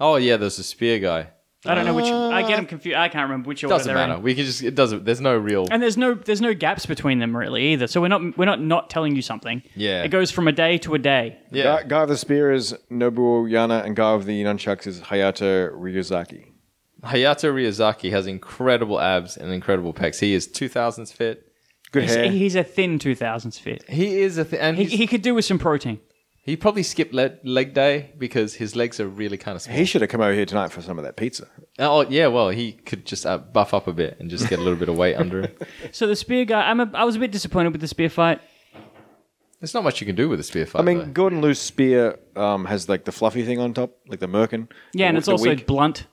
S3: Oh yeah, there's a spear guy.
S6: I don't know which. I get them confused. I can't remember which order
S3: Uh, Doesn't
S6: they're
S3: matter.
S6: in.
S3: We can just it doesn't. There's no real.
S6: And there's no there's no gaps between them really either. So we're not we're not not telling you something.
S3: Yeah.
S6: It goes from a day to a day.
S3: Yeah,
S4: Guy, guy with the spear is Nobuo Yana, and guy with the nunchucks is Hayato Ryuzaki.
S3: Hayato Ryazaki has incredible abs and incredible pecs. He is 2000s fit.
S4: Good
S6: He's,
S4: hair.
S6: he's a thin 2000s fit.
S3: He is a th- and
S6: He,
S3: he's-
S6: he could do with some protein.
S3: he probably skipped le- leg day because his legs are really kind of small.
S4: He should have come over here tonight for some of that pizza.
S3: oh yeah, well he could just uh, buff up a bit and just get a little bit of weight under
S6: [laughs]
S3: him.
S6: So the spear guy, I'm a, I was a bit disappointed with the spear fight.
S3: There's not much you can do with a spear fight.
S4: I mean,
S3: though.
S4: Gordon Liu's spear um, has like the fluffy thing on top, like the merkin.
S6: Yeah, and
S4: The-
S6: it's
S4: the
S6: also
S4: weak-
S6: blunt.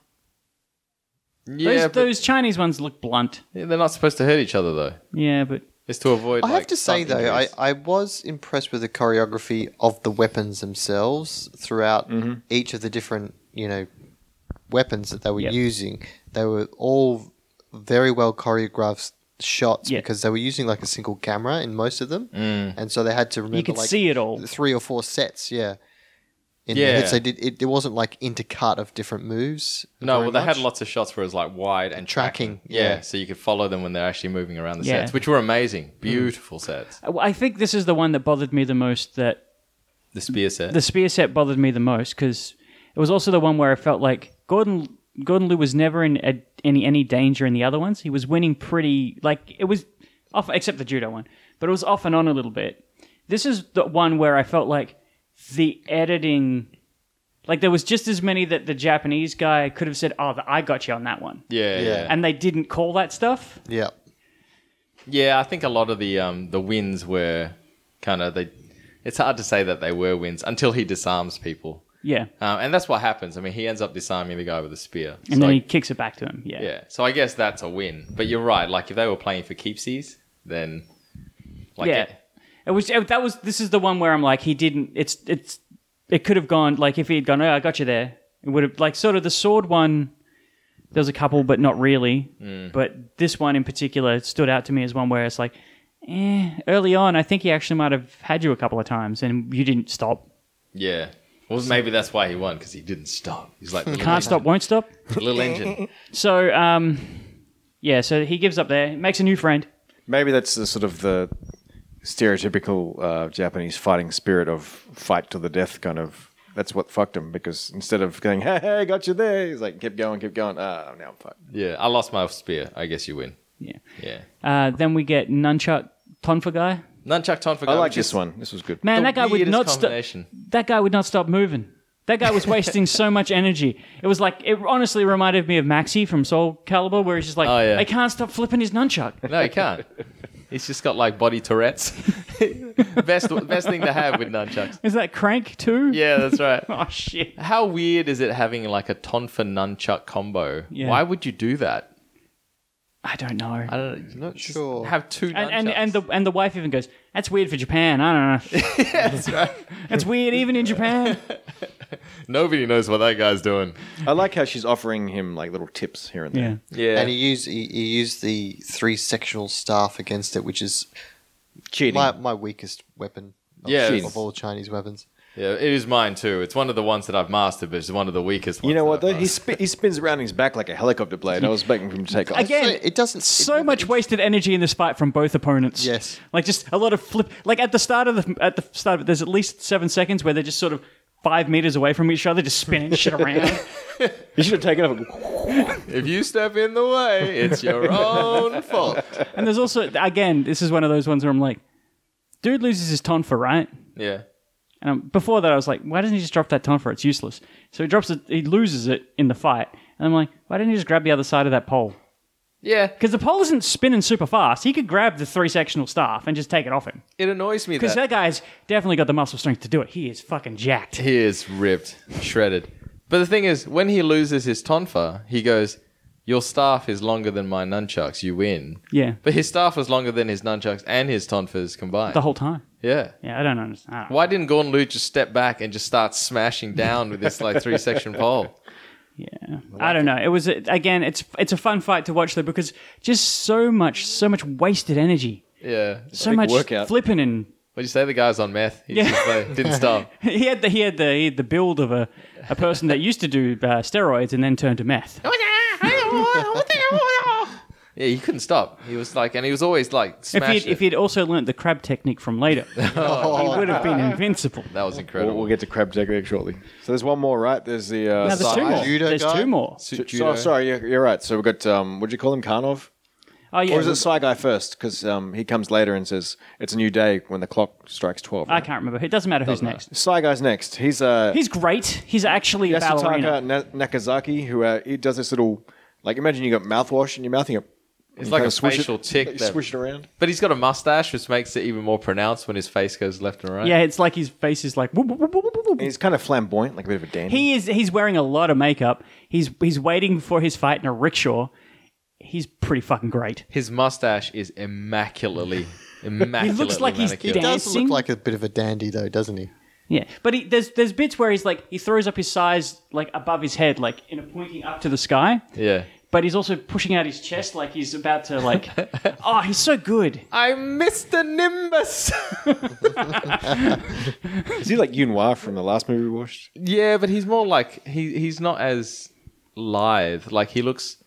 S6: Those,
S3: yeah, but
S6: those Chinese ones look blunt.
S3: they're not supposed to hurt each other though.
S6: Yeah, but
S3: It's to avoid.
S5: I have
S3: like,
S5: to say
S3: thumb
S5: though, I,
S3: injuries.
S5: I was impressed with the choreography of the weapons themselves throughout
S3: Mm-hmm.
S5: each of the different you know weapons that they were
S6: Yep.
S5: using. They were all very well choreographed shots
S6: Yeah.
S5: because they were using like a single camera in most of them,
S3: Mm.
S5: and so they had to remember
S6: could
S5: like
S6: see it all.
S5: three or four sets. Yeah. In their
S3: Yeah.
S5: heads. they did. It, it wasn't like intercut of different moves.
S3: no,
S5: very
S3: well, they had
S5: much.
S3: lots of shots where it was like wide and
S5: Tracking,
S3: Yeah,
S5: yeah.
S3: so you could follow them when they're actually moving around the
S6: Yeah.
S3: sets, which were amazing,
S5: Mm.
S3: beautiful sets.
S6: I think this is the one that bothered me the most. That
S3: The spear set.
S6: the spear set bothered me the most because it was also the one where I felt like Gordon Gordon Liu was never in a, any any danger in the other ones. He was winning pretty like it was off except the judo one, but it was off and on a little bit. This is the one where I felt like the editing, like there was just as many that the Japanese guy could have said, "Oh, the, I got you on that one,"
S3: yeah, yeah,
S5: Yeah.
S3: yeah.
S6: and they didn't call that stuff.
S5: Yeah.
S3: I think a lot of the um the wins were kind of they. It's hard to say that they were wins until he disarms people,
S6: Yeah,
S3: um, and that's what happens. I mean, he ends up disarming the guy with a spear.
S6: and
S3: so
S6: then
S3: I-
S6: he kicks it back to him. Yeah,
S3: yeah, so I guess that's a win. But you're right. Like if they were playing for keepsies, then like
S6: yeah.
S3: it-
S6: It was it, that was this is the one where I'm like he didn't it's it's it could have gone like if he had gone oh I got you there it would have like sort of the sword one there was a couple but not really
S3: Mm.
S6: but this one in particular stood out to me as one where it's like eh early on I think he actually might have had you a couple of times and you didn't stop
S3: yeah. Well, maybe that's why he won because he didn't stop. He's like the [laughs] little
S6: can't stop won't stop
S3: little engine.
S6: so um Yeah, so he gives up there, makes a new friend.
S4: Maybe that's the sort of the stereotypical uh, Japanese fighting spirit of fight to the death kind of. That's what fucked him because instead of going, hey, hey, got you there, he's like, keep going, keep going. Ah, now I'm fucked.
S3: Yeah, I lost my spear. I guess you win.
S6: Yeah.
S3: Yeah.
S6: Uh, then we get Nunchuck Tonfa guy.
S3: Nunchuck Ton for
S4: I like this one. This was good.
S6: Man,
S3: The
S6: that guy would
S3: weirdest
S6: not stop.
S3: combination.
S6: That guy would not stop moving. That guy was
S3: [laughs]
S6: wasting so much energy. It was like it honestly reminded me of Maxi from Soul Calibur, where he's just like,
S3: Oh, yeah.
S6: I can't stop flipping his
S3: [laughs]
S6: nunchuck.
S3: No, he can't. He's just got like body Tourette's. [laughs] best best thing to have with nunchucks.
S6: Is that crank too?
S3: Yeah, that's right.
S6: [laughs] Oh shit.
S3: How weird is it having like a ton for nunchuck combo?
S6: Yeah.
S3: Why would you do that?
S6: I don't know.
S3: I
S4: Uh,
S3: don't know.
S5: Not sure.
S3: Have two nunchucks.
S6: and, and and the and the wife even goes, "That's weird for Japan."
S3: [laughs]
S6: I don't know. [laughs] That's weird even in Japan.
S3: Nobody knows what that guy's doing.
S4: I like how she's offering him like little tips here and there.
S6: Yeah.
S3: Yeah.
S5: And he used he, he used the three sectional staff against it, which is
S4: Cheating.
S5: my, my weakest weapon. Of,
S3: Yeah,
S5: of
S3: it's-
S5: all Chinese weapons.
S3: yeah, it is mine too. It's one of the ones that I've mastered, but it's one of the weakest ones.
S4: you know
S3: that
S4: what
S3: I've
S4: though? He,
S3: mastered.
S4: sp- he spins around his back like a helicopter blade. I was waiting for him to take off.
S6: Again,
S5: So it doesn't.
S6: so
S5: it-
S6: much wasted energy in this fight from both opponents.
S5: Yes.
S6: like just a lot of flip. Like at the start of the at the start, of it, there's at least seven seconds where they're just sort of five meters away from each other, just spinning
S5: [laughs]
S6: shit around.
S4: He should have taken [laughs] off.
S3: If you step in the way, it's
S4: [laughs]
S3: your own fault.
S6: And there's also again, this is one of those ones where I'm like, dude loses his tonfa, right?
S3: Yeah.
S6: And um, before that, I was like, why doesn't he just drop that tonfa? It's useless. So he drops it, he loses it in the fight, and I'm like, why didn't he just grab the other side of that pole?
S3: Yeah.
S6: Because the pole isn't spinning super fast. He could grab the three sectional staff and just take it off him.
S3: It annoys me
S6: Because
S3: that,
S6: that guy's definitely got the muscle strength to do it. He is fucking jacked.
S3: he is ripped, shredded. But the thing is, when he loses his tonfa, he goes, "Your staff is longer than my nunchucks. You win."
S6: Yeah.
S3: But his staff was longer than his nunchucks and his tonfas combined.
S6: The whole time.
S3: yeah.
S6: Yeah, I don't understand. I don't-
S3: Why didn't Gordon Liu just step back and just start smashing down with this like three
S6: [laughs]
S3: section pole?
S6: Yeah. I don't know. It was again. It's it's a fun fight to watch though because just so much, so much wasted energy,
S3: Yeah.
S6: so much
S4: workout.
S6: flipping and [laughs]
S3: What'd you say? The guy's on meth. He just, like, didn't stop.
S6: he had the he had the, he had the build of a, a person that used to do uh, steroids and then turned to meth.
S3: Yeah, he couldn't stop. He was like, and he was always like,
S6: If
S3: smashing.
S6: he'd, if he'd also learned the crab technique from [laughs] later, he would have been invincible.
S3: that was
S4: We'll,
S3: incredible.
S4: we'll get to crab technique shortly. So there's one more, right? There's the. Uh,
S6: Now there's two more.
S5: Judo
S6: There's
S5: guy?
S6: two more.
S3: Su-
S4: Ju- So,
S3: judo.
S4: sorry, you're, you're right. So we've got, um, what do you call him, Karnov?
S6: Oh yeah,
S4: Or is it Sly Guy first? Because um, he comes later and says, it's a new day when the clock strikes 12.
S6: I can't remember. It doesn't matter who's next.
S4: Sly Guy's next. He's uh,
S6: He's great. He's actually a ballerina.
S4: Yasutaka Na- Nakazaki, who uh, he does this little, like imagine you got mouthwash in your mouth. You got,
S3: It's
S4: you
S3: like
S4: kinda
S3: a facial
S4: it,
S3: tick
S4: [laughs] you
S3: that-
S4: Swish it around.
S3: But he's got a mustache, which makes it even more pronounced when his face goes left and right.
S6: Yeah, it's like his face is like. whoop, whoop, whoop, whoop, whoop, whoop.
S4: And he's kind of flamboyant, like a bit of a dandy.
S6: He is. He's wearing a lot of makeup. He's he's waiting for his fight in a rickshaw. He's pretty fucking great.
S3: His mustache is
S4: [laughs]
S3: immaculately, immaculately.
S6: like he's
S5: He
S3: manicured.
S6: dead.
S5: does
S6: Dancing?
S5: look like a bit of a dandy, though, doesn't he?
S6: Yeah, but he, there's there's bits where he's like he throws up his size like above his head, like in a pointing up to the sky.
S3: Yeah.
S6: But he's also pushing out his chest like he's about to like. oh, he's so good.
S3: I'm Mr. Nimbus.
S4: is he like Yunhua from the last movie we watched?
S3: [laughs] yeah, but he's more like he he's not as lithe. Like he looks,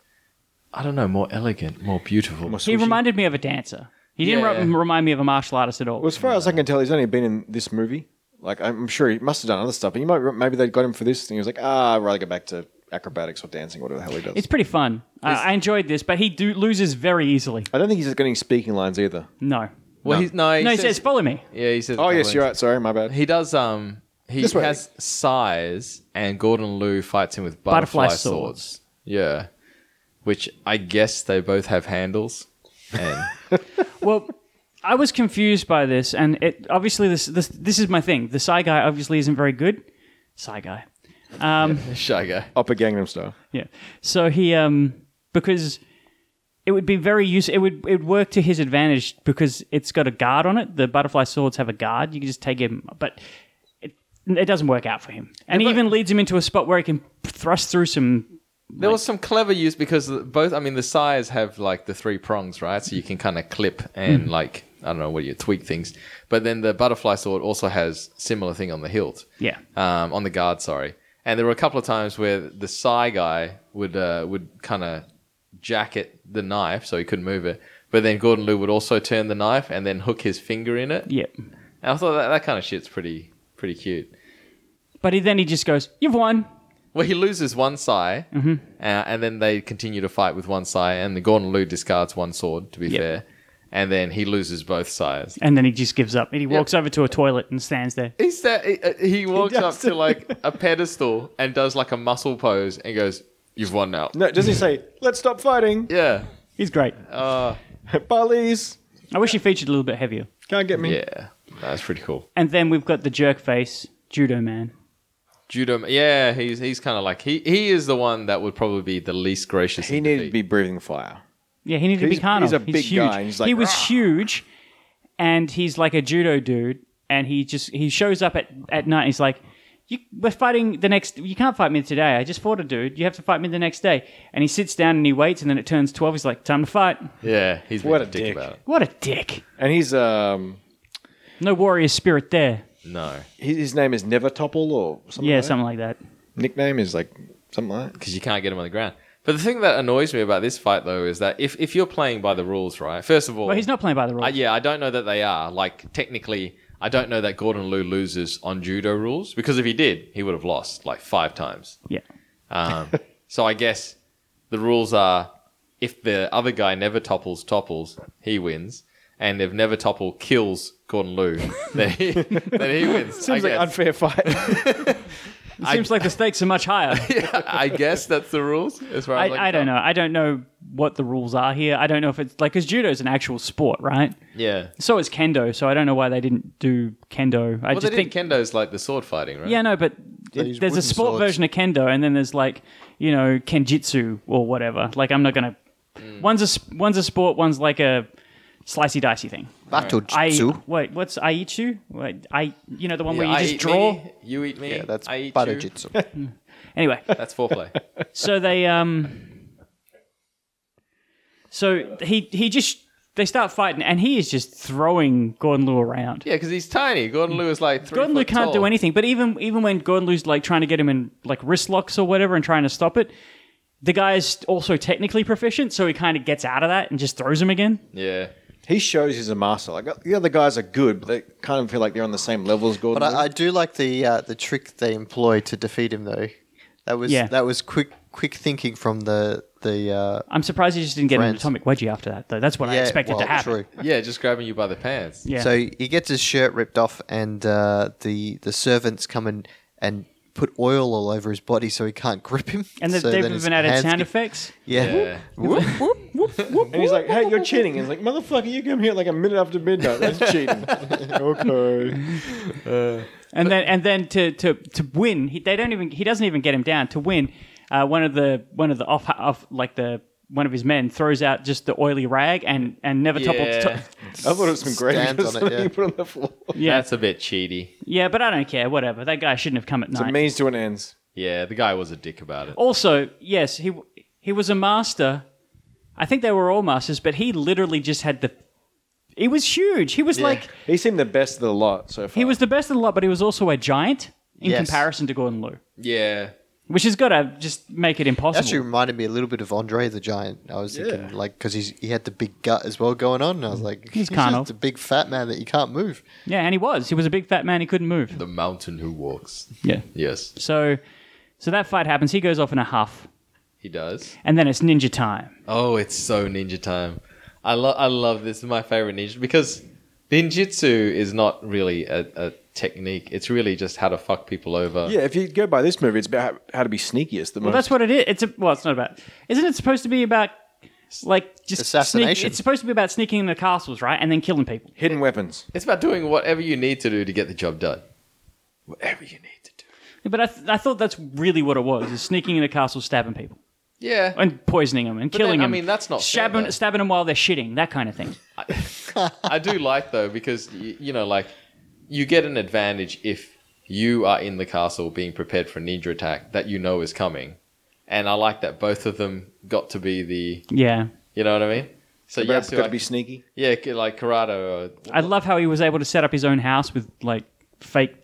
S3: I don't know, more elegant, more beautiful.
S6: He reminded me of a dancer. He didn't
S3: Yeah.
S6: re- remind me of a martial artist at all.
S4: Well, as far as I can tell, he's only been in this movie. Like I'm sure he must have done other stuff, but you might maybe they got him for this, and he was like, ah, I'd rather go back to acrobatics or dancing, whatever the hell he does.
S6: It's pretty fun. I, I enjoyed this, but he do, loses very easily.
S4: I don't think he's getting speaking lines either.
S6: No.
S3: well, he's, no, he
S6: No, he
S3: says,
S6: says, "Follow me."
S3: yeah, he says.
S4: Oh yes, you're
S3: right.
S4: right. Sorry, my bad.
S3: He does. Um, he
S4: This way.
S3: has size, and Gordon Liu fights him with butterfly,
S6: Butterfly
S3: swords.
S6: swords.
S3: Yeah, which I guess they both have handles. And [laughs]
S6: Well, I was confused by this, and it obviously this this this is my thing. The Psy guy obviously isn't very good. Psy guy.
S3: shy guy.
S4: Upper Gangnam Style.
S6: Yeah. So he um because it would be very use it would it would work to his advantage because it's got a guard on it. The butterfly swords have a guard. You can just take him, but it it doesn't work out for him. And he even leads him into a spot where he can thrust through some.
S3: There was some clever use because both. I mean, the size have like the three prongs, right? So you can kind of clip and like I don't know what you tweak things. But then the butterfly sword also has similar thing on the hilt.
S6: Yeah.
S3: Um, on the guard, sorry. And there were a couple of times where the Psy guy would uh, would kind of jacket the knife so he couldn't move it. But then Gordon Liu would also turn the knife and then hook his finger in it.
S6: Yep.
S3: And I thought that, that kind of shit's pretty pretty cute.
S6: But he, then he just goes, "You've won."
S3: Well, he loses one sai, uh, and then they continue to fight with one sai, and the Gordon Liu discards one sword, to be
S6: Yep.
S3: fair, and then he loses both sides.
S6: And then he just gives up. And he walks over to a toilet and stands there.
S3: He, sta- he, uh, he walks up
S4: does.
S3: to like a pedestal and does like a muscle pose and goes, "You've won now."
S4: No, doesn't he say, let's stop fighting? [laughs]
S3: Yeah,
S6: He's great.
S4: Bali's.
S6: I wish he featured a little bit heavier.
S4: Can't get me.
S3: yeah, that's pretty cool.
S6: And then we've got the jerk face judo man.
S3: Judo, yeah, he's he's kind of like he he is the one that would probably be the least gracious.
S4: He
S3: in
S4: needed to
S3: defeat.
S4: be breathing fire.
S6: Yeah, he needed to be
S4: He's-
S6: Kano.
S4: he's a big
S6: huge.
S4: guy, and he's like,
S6: he was
S4: "Rah."
S6: huge, and he's like a judo dude. And he just he shows up at at night. And he's like, you, "We're fighting the next. You can't fight me today. I just fought a dude. You have to fight me the next day." And he sits down and he waits. And then it turns twelve. He's like, "Time to fight."
S3: Yeah, he's
S4: What
S3: what a
S4: a
S3: dick,
S4: dick.
S3: about it.
S6: What a dick!
S4: And he's, um,
S6: No warrior spirit there.
S3: No,
S4: his, his name is Never Topple or something
S6: Yeah,
S4: like that.
S6: something like that.
S4: Nickname is like something like that.
S3: because you can't get him on the ground. But the thing that annoys me about this fight though is that if if you're playing by the rules, right? First of all,
S6: But he's not playing by the rules.
S3: Uh, yeah, I don't know that they are. Like technically, I don't know that Gordon Liu loses on judo rules because if he did, he would have lost like five times.
S6: yeah.
S3: Um,
S6: [laughs]
S3: so I guess the rules are if the other guy never topples, topples, he wins. And if Never Topple kills Gordon Liu, [laughs] then he, then he wins. I
S4: Seems like
S3: guess.
S4: unfair fight.
S6: It seems like the stakes are much higher.
S3: [laughs] I guess that's the rules. As far
S6: I,
S3: as can
S6: I don't
S3: tell.
S6: know. I don't know what the rules are here. I don't know if it's like because judo is an actual sport, right?
S3: Yeah.
S6: So is kendo. So I don't know why they didn't do kendo. I
S3: Well, they
S6: just think
S3: think kendo's like the sword fighting, right?
S6: yeah, no, but
S5: use
S6: there's a
S5: wooden
S6: sport
S5: swords.
S6: version of kendo, and then there's like you know kenjutsu or whatever. Like I'm not gonna. One's a s- one's a sport. One's like a slicey dicey thing.
S5: Battle
S6: I
S5: jutsu.
S6: wait, what's aichu? Wait, I you know the one
S3: Yeah,
S6: where you
S3: I
S6: just
S3: eat
S6: draw.
S3: me, you eat me.
S5: Yeah, that's
S3: I eat
S5: butter
S3: you. [laughs]
S5: jutsu.
S6: Anyway,
S3: That's
S6: [laughs]
S3: foreplay.
S6: so they um so he he just they start fighting and he is just throwing Gordon Liu around.
S3: yeah, because he's tiny. Gordon Liu is like three
S6: Gordon Liu
S3: foot
S6: can't
S3: tall.
S6: do anything, but even even when Gordon Liu's like trying to get him in like wrist locks or whatever and trying to stop it, the guy's also technically proficient, so he kind of gets out of that and just throws him again.
S3: Yeah.
S4: [laughs] he shows he's a master. Like the other guys are good, but they kind of feel like they're on the same level as Gordon.
S5: But I, I do like the uh, the trick they employ to defeat him, though. That was
S6: Yeah.
S5: that was quick quick thinking from the the uh,
S6: I'm surprised he just didn't get an
S5: Friends.
S6: atomic wedgie after that, though. That's what I
S5: yeah,
S6: expected
S5: well,
S6: to happen.
S5: true.
S3: Yeah, just grabbing you by the pants.
S6: Yeah.
S5: So he gets his shirt ripped off, and uh, the the servants come and and put oil all over his body so he can't grip him.
S6: and they've,
S5: so
S6: they've
S5: then his
S6: even added
S5: hands
S6: sound
S5: get-
S6: effects.
S5: Yeah.
S3: Yeah.
S5: Whoop, whoop.
S4: and he's like, "Hey, you're cheating." He's like, "Motherfucker, you come here like a minute after midnight.
S5: [laughs]
S4: That's cheating." okay.
S6: and then and then to to to win, he, they don't even he doesn't even get him down to win. Uh, one of the one of the off, off like the one of his men throws out just the oily rag and and never
S3: Yeah.
S6: toppled.
S4: I thought it was some great
S5: Stands on it, yeah.
S4: [laughs] he put on the floor.
S6: yeah,
S3: That's a bit cheaty.
S6: yeah, but I don't care. Whatever. That guy shouldn't have come at
S4: It's a
S6: night.
S4: means to an ends.
S3: Yeah, the guy was a dick about it.
S6: Also, yes, he he was a master. I think they were all masters, but he literally just had the. He was huge. He was like
S4: He seemed the best of the lot so far.
S6: he was the best of the lot, but he was also a giant in
S5: Yes.
S6: comparison to Gordon Liu,
S3: Yeah.
S6: which has got to just make it impossible.
S5: Actually, reminded me a little bit of Andre the Giant. I was thinking, like, because he had the big gut as well going on. And I was like, he's,
S6: Mm. Kano.
S5: just a big fat man that you can't move.
S6: Yeah, and he was. He was a big fat man. He couldn't move.
S3: The mountain who walks.
S6: Yeah.
S3: Yes,
S6: So, so that fight happens. He goes off in a huff,
S3: he does.
S6: and then it's ninja time.
S3: Oh, it's so ninja time. I love I love this. This is my favorite ninja because ninjutsu is not really a, a technique. It's really just how to fuck people over.
S4: Yeah, if you go by this movie, it's about how- how to be sneakiest. The
S6: Well,
S4: most.
S6: that's what it is. It's a, well, it's not about. Isn't it supposed to be about like just Sneak,
S5: Assassination.
S6: it's supposed to be about sneaking into castles, right, and then killing people.
S4: hidden weapons.
S3: It's about doing whatever you need to do to get the job done. Whatever you need to do.
S6: But I, th- I thought that's really what it was: is sneaking into castles, stabbing people,
S3: Yeah.
S6: and poisoning them, and
S3: then,
S6: killing
S3: I
S6: them.
S3: mean, that's not fair,
S6: stabbing,
S3: though.
S6: stabbing them while they're shitting, that kind of thing.
S3: I do like though because y- you know, like you get an advantage if you are in the castle being prepared for a ninja attack that you know is coming, and I like that both of them got to be the
S6: Yeah,
S3: you know what I mean. So
S4: But
S3: yes,
S4: it's got to
S3: like,
S4: be sneaky.
S3: yeah, like Karada. Or,
S6: I love how he was able to set up his own house with like fake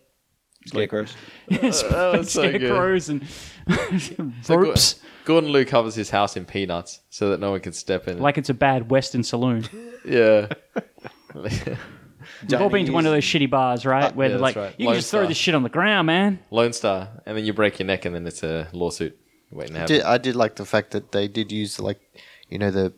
S4: Scarecrows.
S6: Yes,
S3: Oh, that's so good.
S6: scarecrows and ropes.
S3: Gordon Liu covers his house in peanuts so that no one can step in.
S6: Like it's a bad Western saloon.
S3: yeah.
S6: We've all been to one of those shitty bars, right? Where
S3: Uh, yeah,
S6: they're
S3: that's
S6: like
S3: right.
S6: you
S3: Lone
S6: can just throw
S3: Star.
S6: this shit on the ground, man.
S3: Lone Star, and then you break your neck, and then it's a lawsuit waiting to happen.
S5: Did, I did like the fact that they did use like, you know, the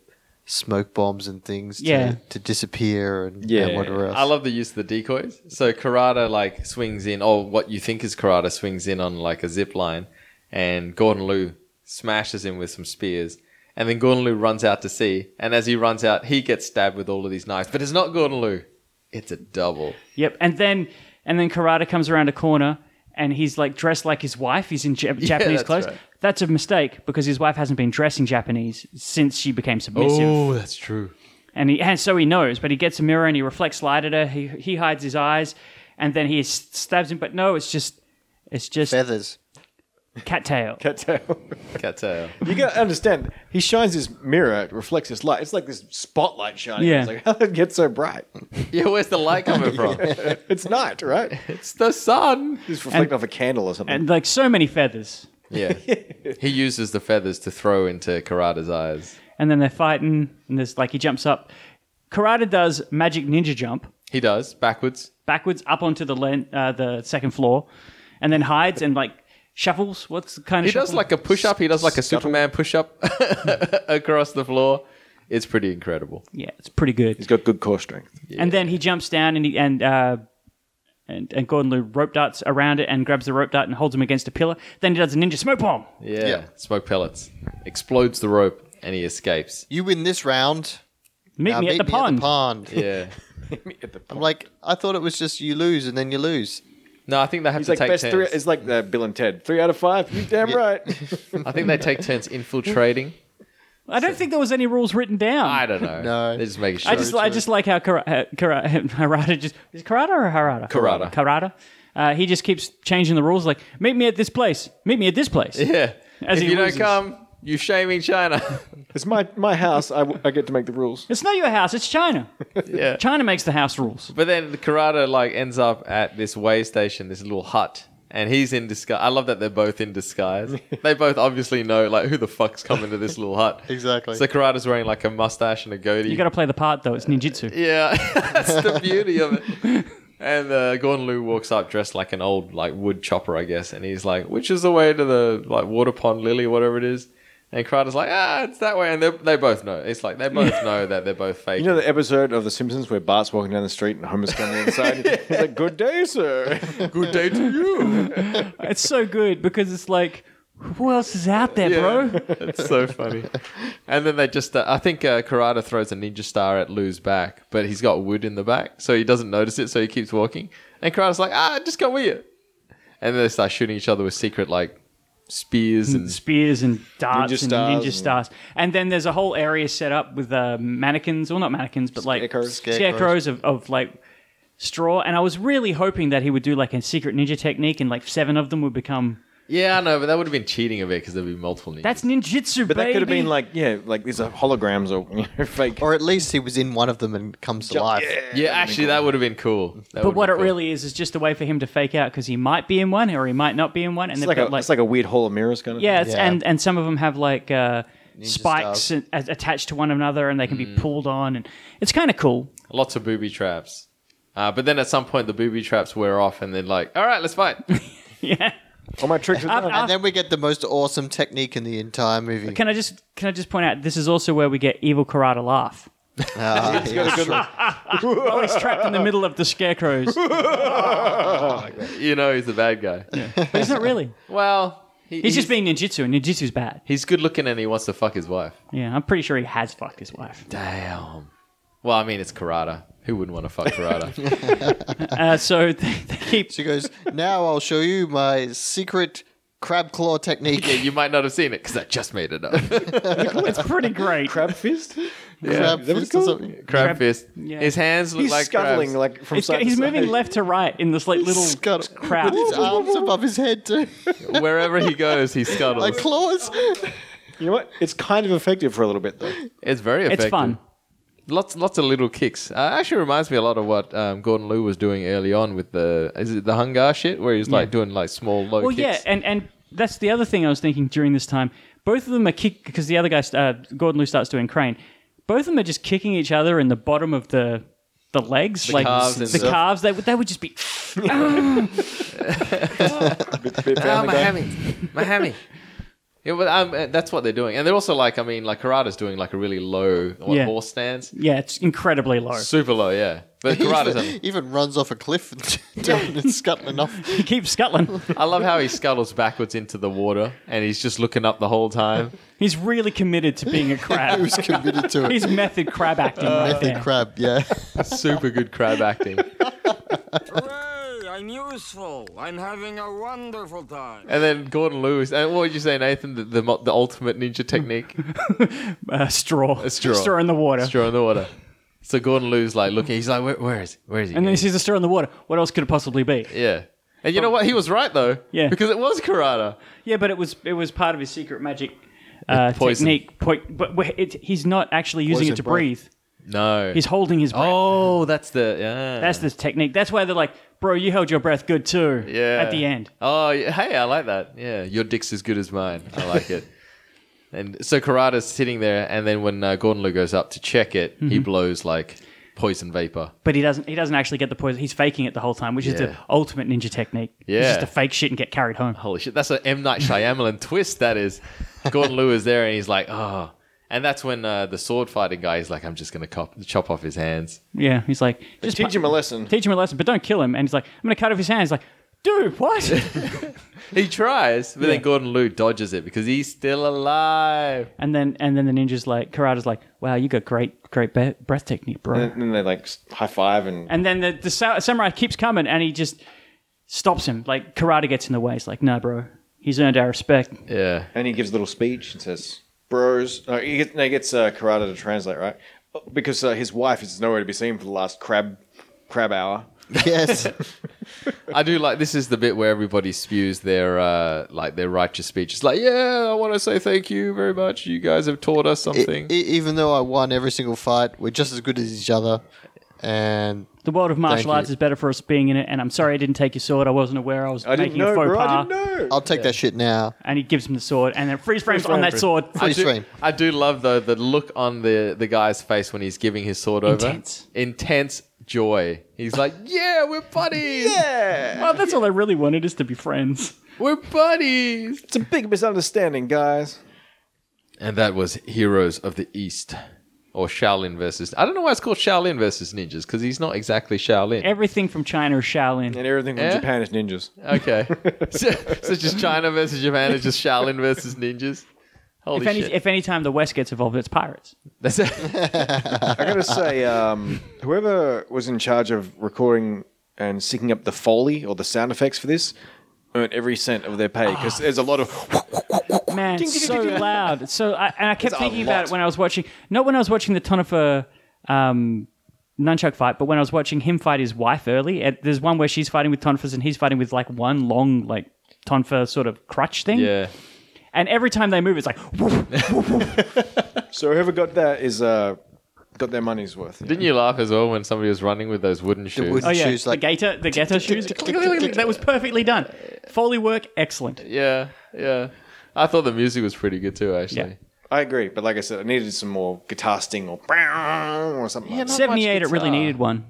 S5: smoke bombs and things to,
S6: Yeah.
S5: to disappear and,
S4: Yeah.
S5: and whatever else.
S3: I love the use of the decoys. So Karada like swings in, or what you think is Karada swings in on like a zip line, and Gordon Liu smashes him with some spears. And then Gordon Liu runs out to sea, and as he runs out, he gets stabbed with all of these knives. But it's not Gordon Liu; it's a double.
S6: Yep. And then and then Karada comes around a corner and he's like dressed like his wife. He's in
S3: [laughs]
S6: ja- Japanese
S3: that's
S6: clothes.
S3: right.
S6: That's a mistake because his wife hasn't been dressing Japanese since she became submissive.
S3: that's true.
S6: And he and so he knows, but he gets a mirror and he reflects light at her. He he hides his eyes, and then he s- stabs him. But no, it's just it's just
S5: feathers.
S6: cattail.
S4: Cattail.
S3: Cattail. [laughs]
S4: You gotta understand. He shines his mirror, it reflects his light. It's like this spotlight shining.
S6: Yeah.
S4: It's like [laughs] how did it get so bright? [laughs]
S3: Yeah, where's the light coming from?
S4: It's night, right?
S3: It's the sun.
S6: [laughs]
S4: It's reflecting off a candle or something.
S6: And like so many feathers.
S3: Yeah, he uses the feathers to throw into Karada's eyes.
S6: And then they're fighting, and there's like he jumps up. Karada does magic ninja jump
S3: He does backwards.
S6: backwards up onto the len- uh, the second floor, and then hides and like shuffles. What's the kind
S3: He
S6: of
S3: does
S6: shuffle?
S3: like a push up. He does like a Superman push up [laughs] across the floor. It's pretty incredible.
S6: yeah, it's pretty good.
S4: He's got good core strength.
S6: And then he jumps down and he, and uh, and and Gordon Liu rope darts around it and grabs the rope dart and holds him against a pillar. Then he does a ninja smoke bomb.
S3: Yeah. Smoke pellets. Explodes the rope and he escapes.
S5: You win this round. Uh,
S6: Meet
S5: Now
S6: me at
S5: meet
S6: the pond.
S5: pond.
S3: Yeah.
S5: I'm like, I thought it was just you lose and then you lose.
S3: No, I think they have
S4: He's
S3: to
S4: like
S3: take
S4: best three.
S3: turns.
S4: It's like the Bill and Ted. Three out of five. You damn right.
S3: I think they take turns infiltrating.
S6: I don't think there was any rules written down.
S3: I
S6: I,
S3: don't know.
S5: No.
S3: They just make sure.
S6: just I just like how Kara, uh, Kara, [laughs] Harada just is it Karada or Harada?
S3: Karada.
S6: Karada. Uh, he just keeps changing the rules. Like, meet me at this place. Meet me at this
S3: [laughs]
S6: place.
S3: yeah.
S6: As
S3: if
S6: he
S3: you
S6: loses.
S3: don't come, you shaming China. [laughs]
S4: It's my my house. I, I get to make the rules.
S6: It's not your house.
S3: [laughs]
S6: It's China.
S3: yeah.
S6: China makes the house rules.
S3: But then Karada like ends up at this way station, this little hut, and he's in disguise. I love that they're both in [laughs] disguise. they both obviously know like who the fuck's coming to this little [laughs] hut.
S5: Exactly.
S3: So Karada's wearing like a mustache and a goatee.
S6: You got to play the part though. It's ninjutsu.
S3: yeah, [laughs] that's the beauty of it. And uh, Gordon Liu walks up dressed like an old like wood chopper, I guess, and he's like, "Which is the way to the like water pond, Lily, whatever it is?" And Karada's like, "Ah, it's that way," and they they both know. It's like they [laughs] both know that they're both fake.
S4: You know the episode of The Simpsons where Bart's walking down the street and Homer's coming [laughs] inside. He's like, "Good day, sir."
S3: good day to you.
S6: It's so good because it's like, who else is out there, bro?
S3: It's so funny. And then they just, uh, I think uh, Karada throws a ninja star at Lou's back, but he's got wood in the back, so he doesn't notice it, so he keeps walking. And Karada's like, ah, just come with you. And then they start shooting each other with secret, like, spears and.
S6: spears and darts
S4: Ninja
S6: and
S4: stars
S6: ninja
S4: and-
S6: stars. And then there's a whole area set up with uh, mannequins, well, not mannequins, but like
S4: Scarecrows.
S6: scarecrows of, of like straw. And I was really hoping that he would do like a secret ninja technique and like seven of them would become.
S3: Yeah, I know, but that would have been cheating a bit because there'd be multiple ninjas.
S6: That's ninjutsu,
S4: But that could have
S6: baby!
S4: been like, yeah, like these are holograms or you know, [laughs] fake.
S5: Or at least he was in one of them and comes to life.
S3: yeah, actually, that would have been cool. That
S6: But
S3: would've
S6: what it
S3: been cool.
S6: really is is just a way for him to fake out because he might be in one or he might not be in one.
S4: It's
S6: And they've
S4: like, a,
S6: got like,
S4: it's like a weird hall of mirrors kind of.
S6: yeah, it's,
S5: Yeah.
S6: and and some of them have like uh, spikes
S5: stars.
S6: and, a- attached to one another, and they can be pulled on, and it's kind of cool.
S3: Lots of booby traps. Uh, but then at some point, the booby traps wear off, and they're like, all right, let's fight. [laughs]
S6: yeah.
S4: thing. All my tricks. Are done.
S5: And then we get the most awesome technique in the entire movie.
S4: [laughs]
S6: Can I just can I just point out this is also where we get evil karate laugh.
S5: Ah, yeah, sure.
S6: While he's trapped in the middle of the scarecrows.
S3: you know, he's the bad guy.
S6: But it's not really.
S3: Well, he-
S6: He's just being ninjutsu and ninjutsu's bad.
S3: He's good looking and he wants to fuck his wife.
S6: Yeah, I'm pretty sure he has fucked his wife.
S3: Damn. Well, I mean, it's Karada. Who wouldn't want to fuck Karada?
S6: Uh, so [laughs] they, they keep
S5: She goes, Now I'll show you my secret crab claw technique.
S3: yeah, you might not have seen it because I just made it up.
S6: it's pretty great.
S4: crab
S6: [laughs]
S4: fist.
S5: crab
S4: Is that what
S5: fist
S4: it's
S5: or
S4: called?
S5: something.
S3: Crab fist.
S6: yeah.
S3: His hands look
S4: He's
S3: like
S4: scuttling
S3: crabs.
S4: like from
S6: It's-
S4: side.
S6: he's
S4: to
S6: moving
S4: side.
S6: left to right in this like little
S5: Scuttle.
S6: crap.
S5: With his arms above his
S4: [laughs]
S5: head too.
S3: [laughs] Wherever he goes, he scuttles.
S5: like claws.
S4: You know what? It's kind of effective for a little bit though.
S3: it's very effective.
S6: It's fun.
S3: Lots, lots of little kicks. Uh, actually, reminds me a lot of what um, Gordon Liu was doing early on with the is it the hungar shit where he's like doing like small low
S6: Well, yeah,
S3: kicks.
S6: and and that's the other thing I was thinking during this time. Both of them are kick because the other guy, uh, Gordon Liu, starts doing crane. Both of them are just kicking each other in the bottom of the the legs, like
S3: calves and
S6: the
S3: stuff.
S6: calves. They would they would just be.
S4: Bit- bit family guy.
S6: [laughs]
S3: Miami. Yeah, but um, uh, that's what they're doing, and they're also like, I mean, like karata's doing like a really low what,
S6: Yeah.
S3: horse stance,
S6: Yeah, it's incredibly low.
S3: super low, yeah.
S6: [laughs]
S3: But karata's,
S5: even, [laughs] even runs off a cliff and [laughs] down and scuttling off.
S4: [laughs]
S6: He keeps scuttling.
S3: I love how he scuttles backwards into the water, and he's just looking up the whole time.
S6: He's really committed to
S3: [laughs]
S6: being a crab.
S5: Who's committed to it?
S6: [laughs] He's method crab acting
S3: Uh,
S6: right
S5: Method
S6: there.
S5: crab, yeah. [laughs]
S3: super good crab acting.
S7: Hooray! I'm useful. I'm having a wonderful time.
S3: And then Gordon Lewis. And what would you say, Nathan? The, the, mo- the ultimate ninja technique?
S6: Uh, straw.
S3: A straw.
S6: in the water.
S3: straw in the water. So Gordon Lewis like looking. He's like, where, where is? Where is he?
S6: And then he sees a straw in the water. What else could it possibly be?
S3: yeah. And you know what? He was right though.
S6: Yeah.
S3: Because it was karate.
S6: Yeah, but it was it was part of his secret magic uh,
S3: poison.
S6: technique. Po- but wh- it, he's not actually using
S5: Poison
S6: it to
S5: breath.
S6: breathe.
S3: No.
S6: He's holding his breath.
S3: oh, that's the. Yeah.
S6: That's this technique. That's why they're like, bro, you held your breath good too.
S3: yeah.
S6: At the end.
S3: Oh, yeah. hey, I like that. Yeah, your dick's as good as mine. I like
S6: [laughs]
S3: it. And so Karada's sitting there, and then when uh, Gordon Liu goes up to check it, he
S6: Mm-hmm.
S3: blows like poison vapor.
S6: But he doesn't. He doesn't actually get the poison. He's faking it the whole time, which is the
S3: Yeah.
S6: ultimate ninja technique. It's
S3: Yeah.
S6: just to fake shit and get carried home.
S3: Holy shit, that's an M Night
S6: [laughs]
S3: Shyamalan twist. That is, Gordon Liu is there, and he's like, oh, and that's when uh, the sword fighting guy is like, I'm just gonna cop- chop off his hands.
S6: Yeah. He's like, just
S4: Teach him a lesson.
S6: Teach him a lesson, but don't kill him. And he's like, I'm gonna cut off his hands. He's like, dude, what?
S3: He tries, but then
S6: Yeah.
S3: Gordon Liu dodges it because he's still alive.
S6: and then and then the ninja's like, Karada's like, wow, you got great great be- breath technique, bro.
S4: And then they like high five and,
S6: And then the, the sa- samurai keeps coming and he just stops him. Like, karate gets in the way. He's like, nah, bro. He's earned our respect.
S3: Yeah,
S4: and he gives a little speech and says, "Bros." No, he gets, no, he gets uh, Karada to translate, right? Because uh, his wife is nowhere to be seen for the last crab crab hour.
S5: Yes.
S3: I do like this is the bit where everybody spews their uh, like their righteous speech. It's like, yeah, I want to say thank you very much. You guys have taught us
S5: E-
S3: something.
S5: e- even though I won every single fight, we're just as good as each other. And
S6: The world of martial
S5: Thank
S6: arts
S5: you.
S6: is better for us being in it, and I'm sorry I didn't take your sword. I wasn't aware I was
S4: I
S6: making
S4: didn't know,
S6: a faux
S4: bro.
S6: pas.
S4: I didn't know.
S5: I'll take that shit now.
S6: And he gives him the sword, and then freeze frames on that sword.
S3: I
S5: Freeze
S3: do,
S5: frame.
S3: I do love though the look on the the guy's face when he's giving his sword over.
S6: Intense.
S3: Intense joy. He's like, "Yeah, we're buddies.
S6: [laughs] Well, that's all I really wanted is to be friends.
S3: We're buddies."
S4: It's a big misunderstanding, guys.
S3: And that was Heroes of the East or Shaolin versus I don't know why it's called Shaolin versus Ninjas cuz he's not exactly Shaolin.
S6: Everything from China is Shaolin.
S4: And everything from
S3: Yeah?
S4: Japan is ninjas.
S3: [laughs] Okay. so, so just China versus Japan is just Shaolin versus Ninjas. Holy
S6: If any,
S3: shit.
S6: if any time the West gets involved, it's pirates.
S3: That's it.
S4: I gotta say, um, whoever was in charge of recording and syncing up the foley or the sound effects for this earned every cent of their pay because there's a lot of
S6: Man, it's so loud. It's So I, and I kept
S4: a
S6: thinking about
S4: lot.
S6: it when I was watching, not when I was watching the Tonifer um, nunchuck fight, but when I was watching him fight his wife early. At, there's one where she's fighting with Tonfers and he's fighting with like one long like Tonfer sort of crutch
S3: [laughs]
S6: thing.
S3: yeah.
S6: And every time they move, it's like woof,
S4: so whoever got that is uh, got their money's worth.
S3: Didn't you laugh as well when somebody was running with those wooden shoes?
S5: wooden-
S6: oh yeah,
S5: Shoes, like-
S6: the gator, the gator shoes. that was perfectly done. Foley work, excellent.
S3: yeah. Yeah. I thought the music was pretty good too actually.
S6: Yeah.
S4: I agree, but like I said, I needed some more guitar sting or or something. like that.
S6: Seventy-eight, it really
S3: guitar.
S6: needed one.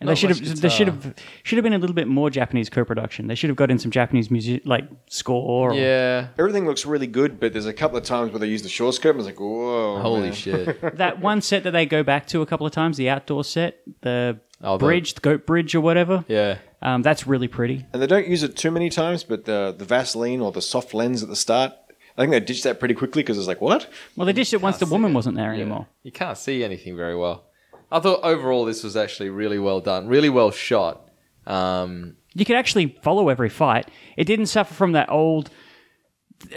S6: And they
S3: Not
S6: should
S3: much
S6: have, they should have, should have been a little bit more Japanese co-production. They should have got in some Japanese music, like
S3: Oh.
S6: score. Or,
S3: Yeah.
S4: Everything looks really good, but there's a couple of times where they use the short scope. and It's like, whoa,
S3: Holy
S4: man.
S3: shit.
S6: that one set that they go back to a couple of times, the outdoor set, the
S3: Oh, the-
S6: bridge, the goat bridge or whatever.
S3: Yeah.
S6: Um, that's really pretty.
S4: And they don't use it too many times, but the the Vaseline or the soft lens at the start, I think they ditched that pretty quickly because it's like, what?
S6: Well, they ditched it once the woman wasn't there
S3: Yeah.
S6: anymore.
S3: You can't see anything very well. I thought overall this was actually really well done, really well shot. Um,
S6: You could actually follow every fight. It didn't suffer from that old.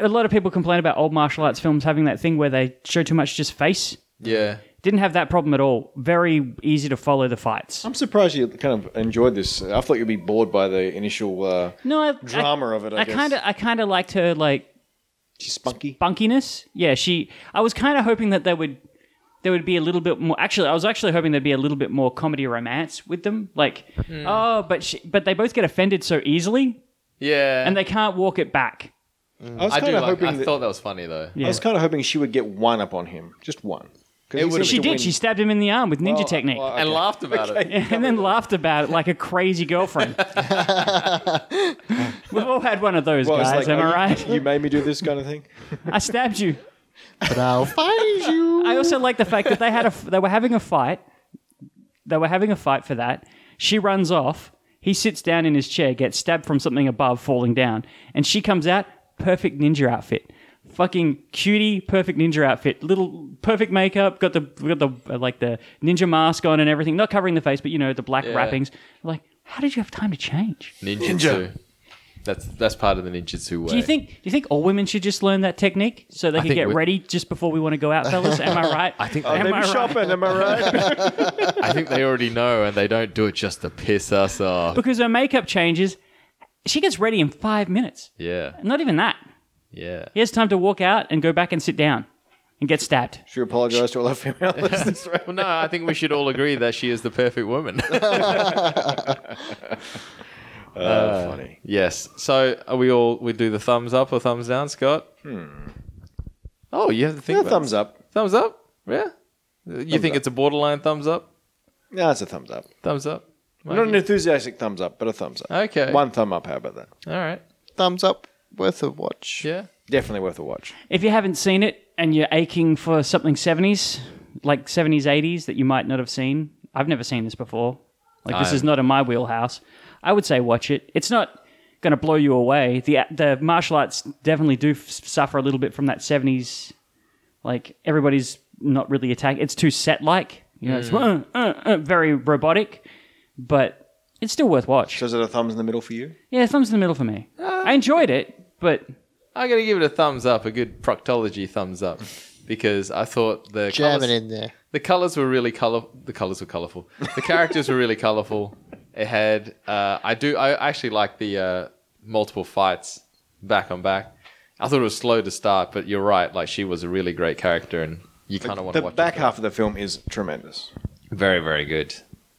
S6: A lot of people complain about old martial arts films having that thing where they show too much just face.
S3: yeah,
S6: Didn't have that problem at all. Very easy to follow the fights.
S4: I'm surprised you kind of enjoyed this. I thought you'd be bored by the initial. Uh,
S6: No, I,
S4: Drama
S6: I-
S4: of it, I guess.
S6: kind of, I kind of liked her like
S4: she's spunky.
S6: bunkiness. Yeah, she. I was kind of hoping that they would there would be a little bit more. Actually, I was actually hoping there'd be a little bit more comedy romance with them. Like, oh, but she, but they both get offended so easily,
S3: Yeah.
S6: and they can't walk it back.
S4: I was
S3: I do
S4: kind of
S3: like,
S4: hoping.
S3: I
S4: that,
S3: thought that was funny though.
S4: I was kind of hoping she would get one up on him, just one. 'Cause he
S3: would've
S4: seems
S6: She
S4: to
S6: did.
S4: win-
S6: She stabbed him in the arm with ninja technique.
S4: well,
S3: And laughed about it.
S6: and then laughed about it like a
S4: [laughs]
S6: crazy girlfriend. We've all had one of those,
S4: Well, it's
S6: guys.
S4: like,
S6: am
S4: oh,
S6: I
S4: you-
S6: right?
S4: You made me do this kind of thing.
S6: I stabbed you.
S5: But
S6: [laughs]
S5: I'll find you.
S6: I also like the fact that they had a they were having a fight. They were having a fight for that. She runs off. He sits down in his chair, gets stabbed from something above, falling down, and she comes out perfect ninja outfit. Fucking cutie, perfect ninja outfit. Little perfect makeup. Got the got the uh, like the ninja mask on and everything. Not covering the face, but you know the black wrappings. Like, how did you have time to change?
S3: Ninjutsu. That's that's part of the ninjutsu way.
S6: Do you think do you think all women should just learn that technique so they can
S3: think
S6: get
S3: we-
S6: ready just before we want to go out, fellas? Am
S3: [laughs]
S6: I right?
S3: I
S4: Oh,
S3: think
S6: Am
S3: they,
S6: I right?
S4: am I right?
S3: I think they already know, and they don't do it just to piss us off.
S6: because her makeup changes. She gets ready in five minutes.
S3: Yeah,
S6: Not even that.
S3: yeah.
S6: He has time to walk out and go back and sit down and get stabbed.
S4: Should we apologize to all our female listeners?
S3: Well, no, I think we should all agree that she is the perfect woman. [laughs]
S4: Uh, funny.
S3: yes. So are we all we do the thumbs up or thumbs down, Scott? Hmm. Oh, you have to think.
S4: Yeah,
S3: about it.
S4: thumbs up.
S3: Thumbs up. Yeah. You think it's a borderline thumbs up?
S4: No, it's a thumbs up.
S3: Thumbs up.
S4: Not an enthusiastic thumbs up, but a thumbs up.
S3: Okay.
S4: One thumb up. How about that?
S3: All right.
S5: Thumbs up, worth a watch.
S3: Yeah.
S4: Definitely worth a watch.
S6: If you haven't seen it and you're aching for something 70s, like 70s, 80s that you might not have seen, I've never seen this before. Like, this
S3: I-
S6: is not in my wheelhouse. I would say watch it. It's not going to blow you away. The, the martial arts definitely do f- suffer a little bit from that 70s. Like, everybody's not really attacking. It's too set like. You know, it's uh, uh, uh, very robotic, but it's still worth watch.
S4: So is it a thumbs in the middle for you?
S6: Yeah, thumbs in the middle for me. I enjoyed it, but
S3: I'm gonna give it a thumbs up, a good proctology thumbs up, because I thought the
S5: Jam it
S3: colours-
S5: in there.
S3: The colors were really color. The colors were colorful. The characters were really colorful. It had. Uh, I do. I actually like the uh, multiple fights back on back. I thought it was slow to start, but you're right. Like she was a really great character, and you kind of want
S4: the
S3: to watch
S4: back
S3: it.
S4: half of the film is tremendous.
S3: Very, very good.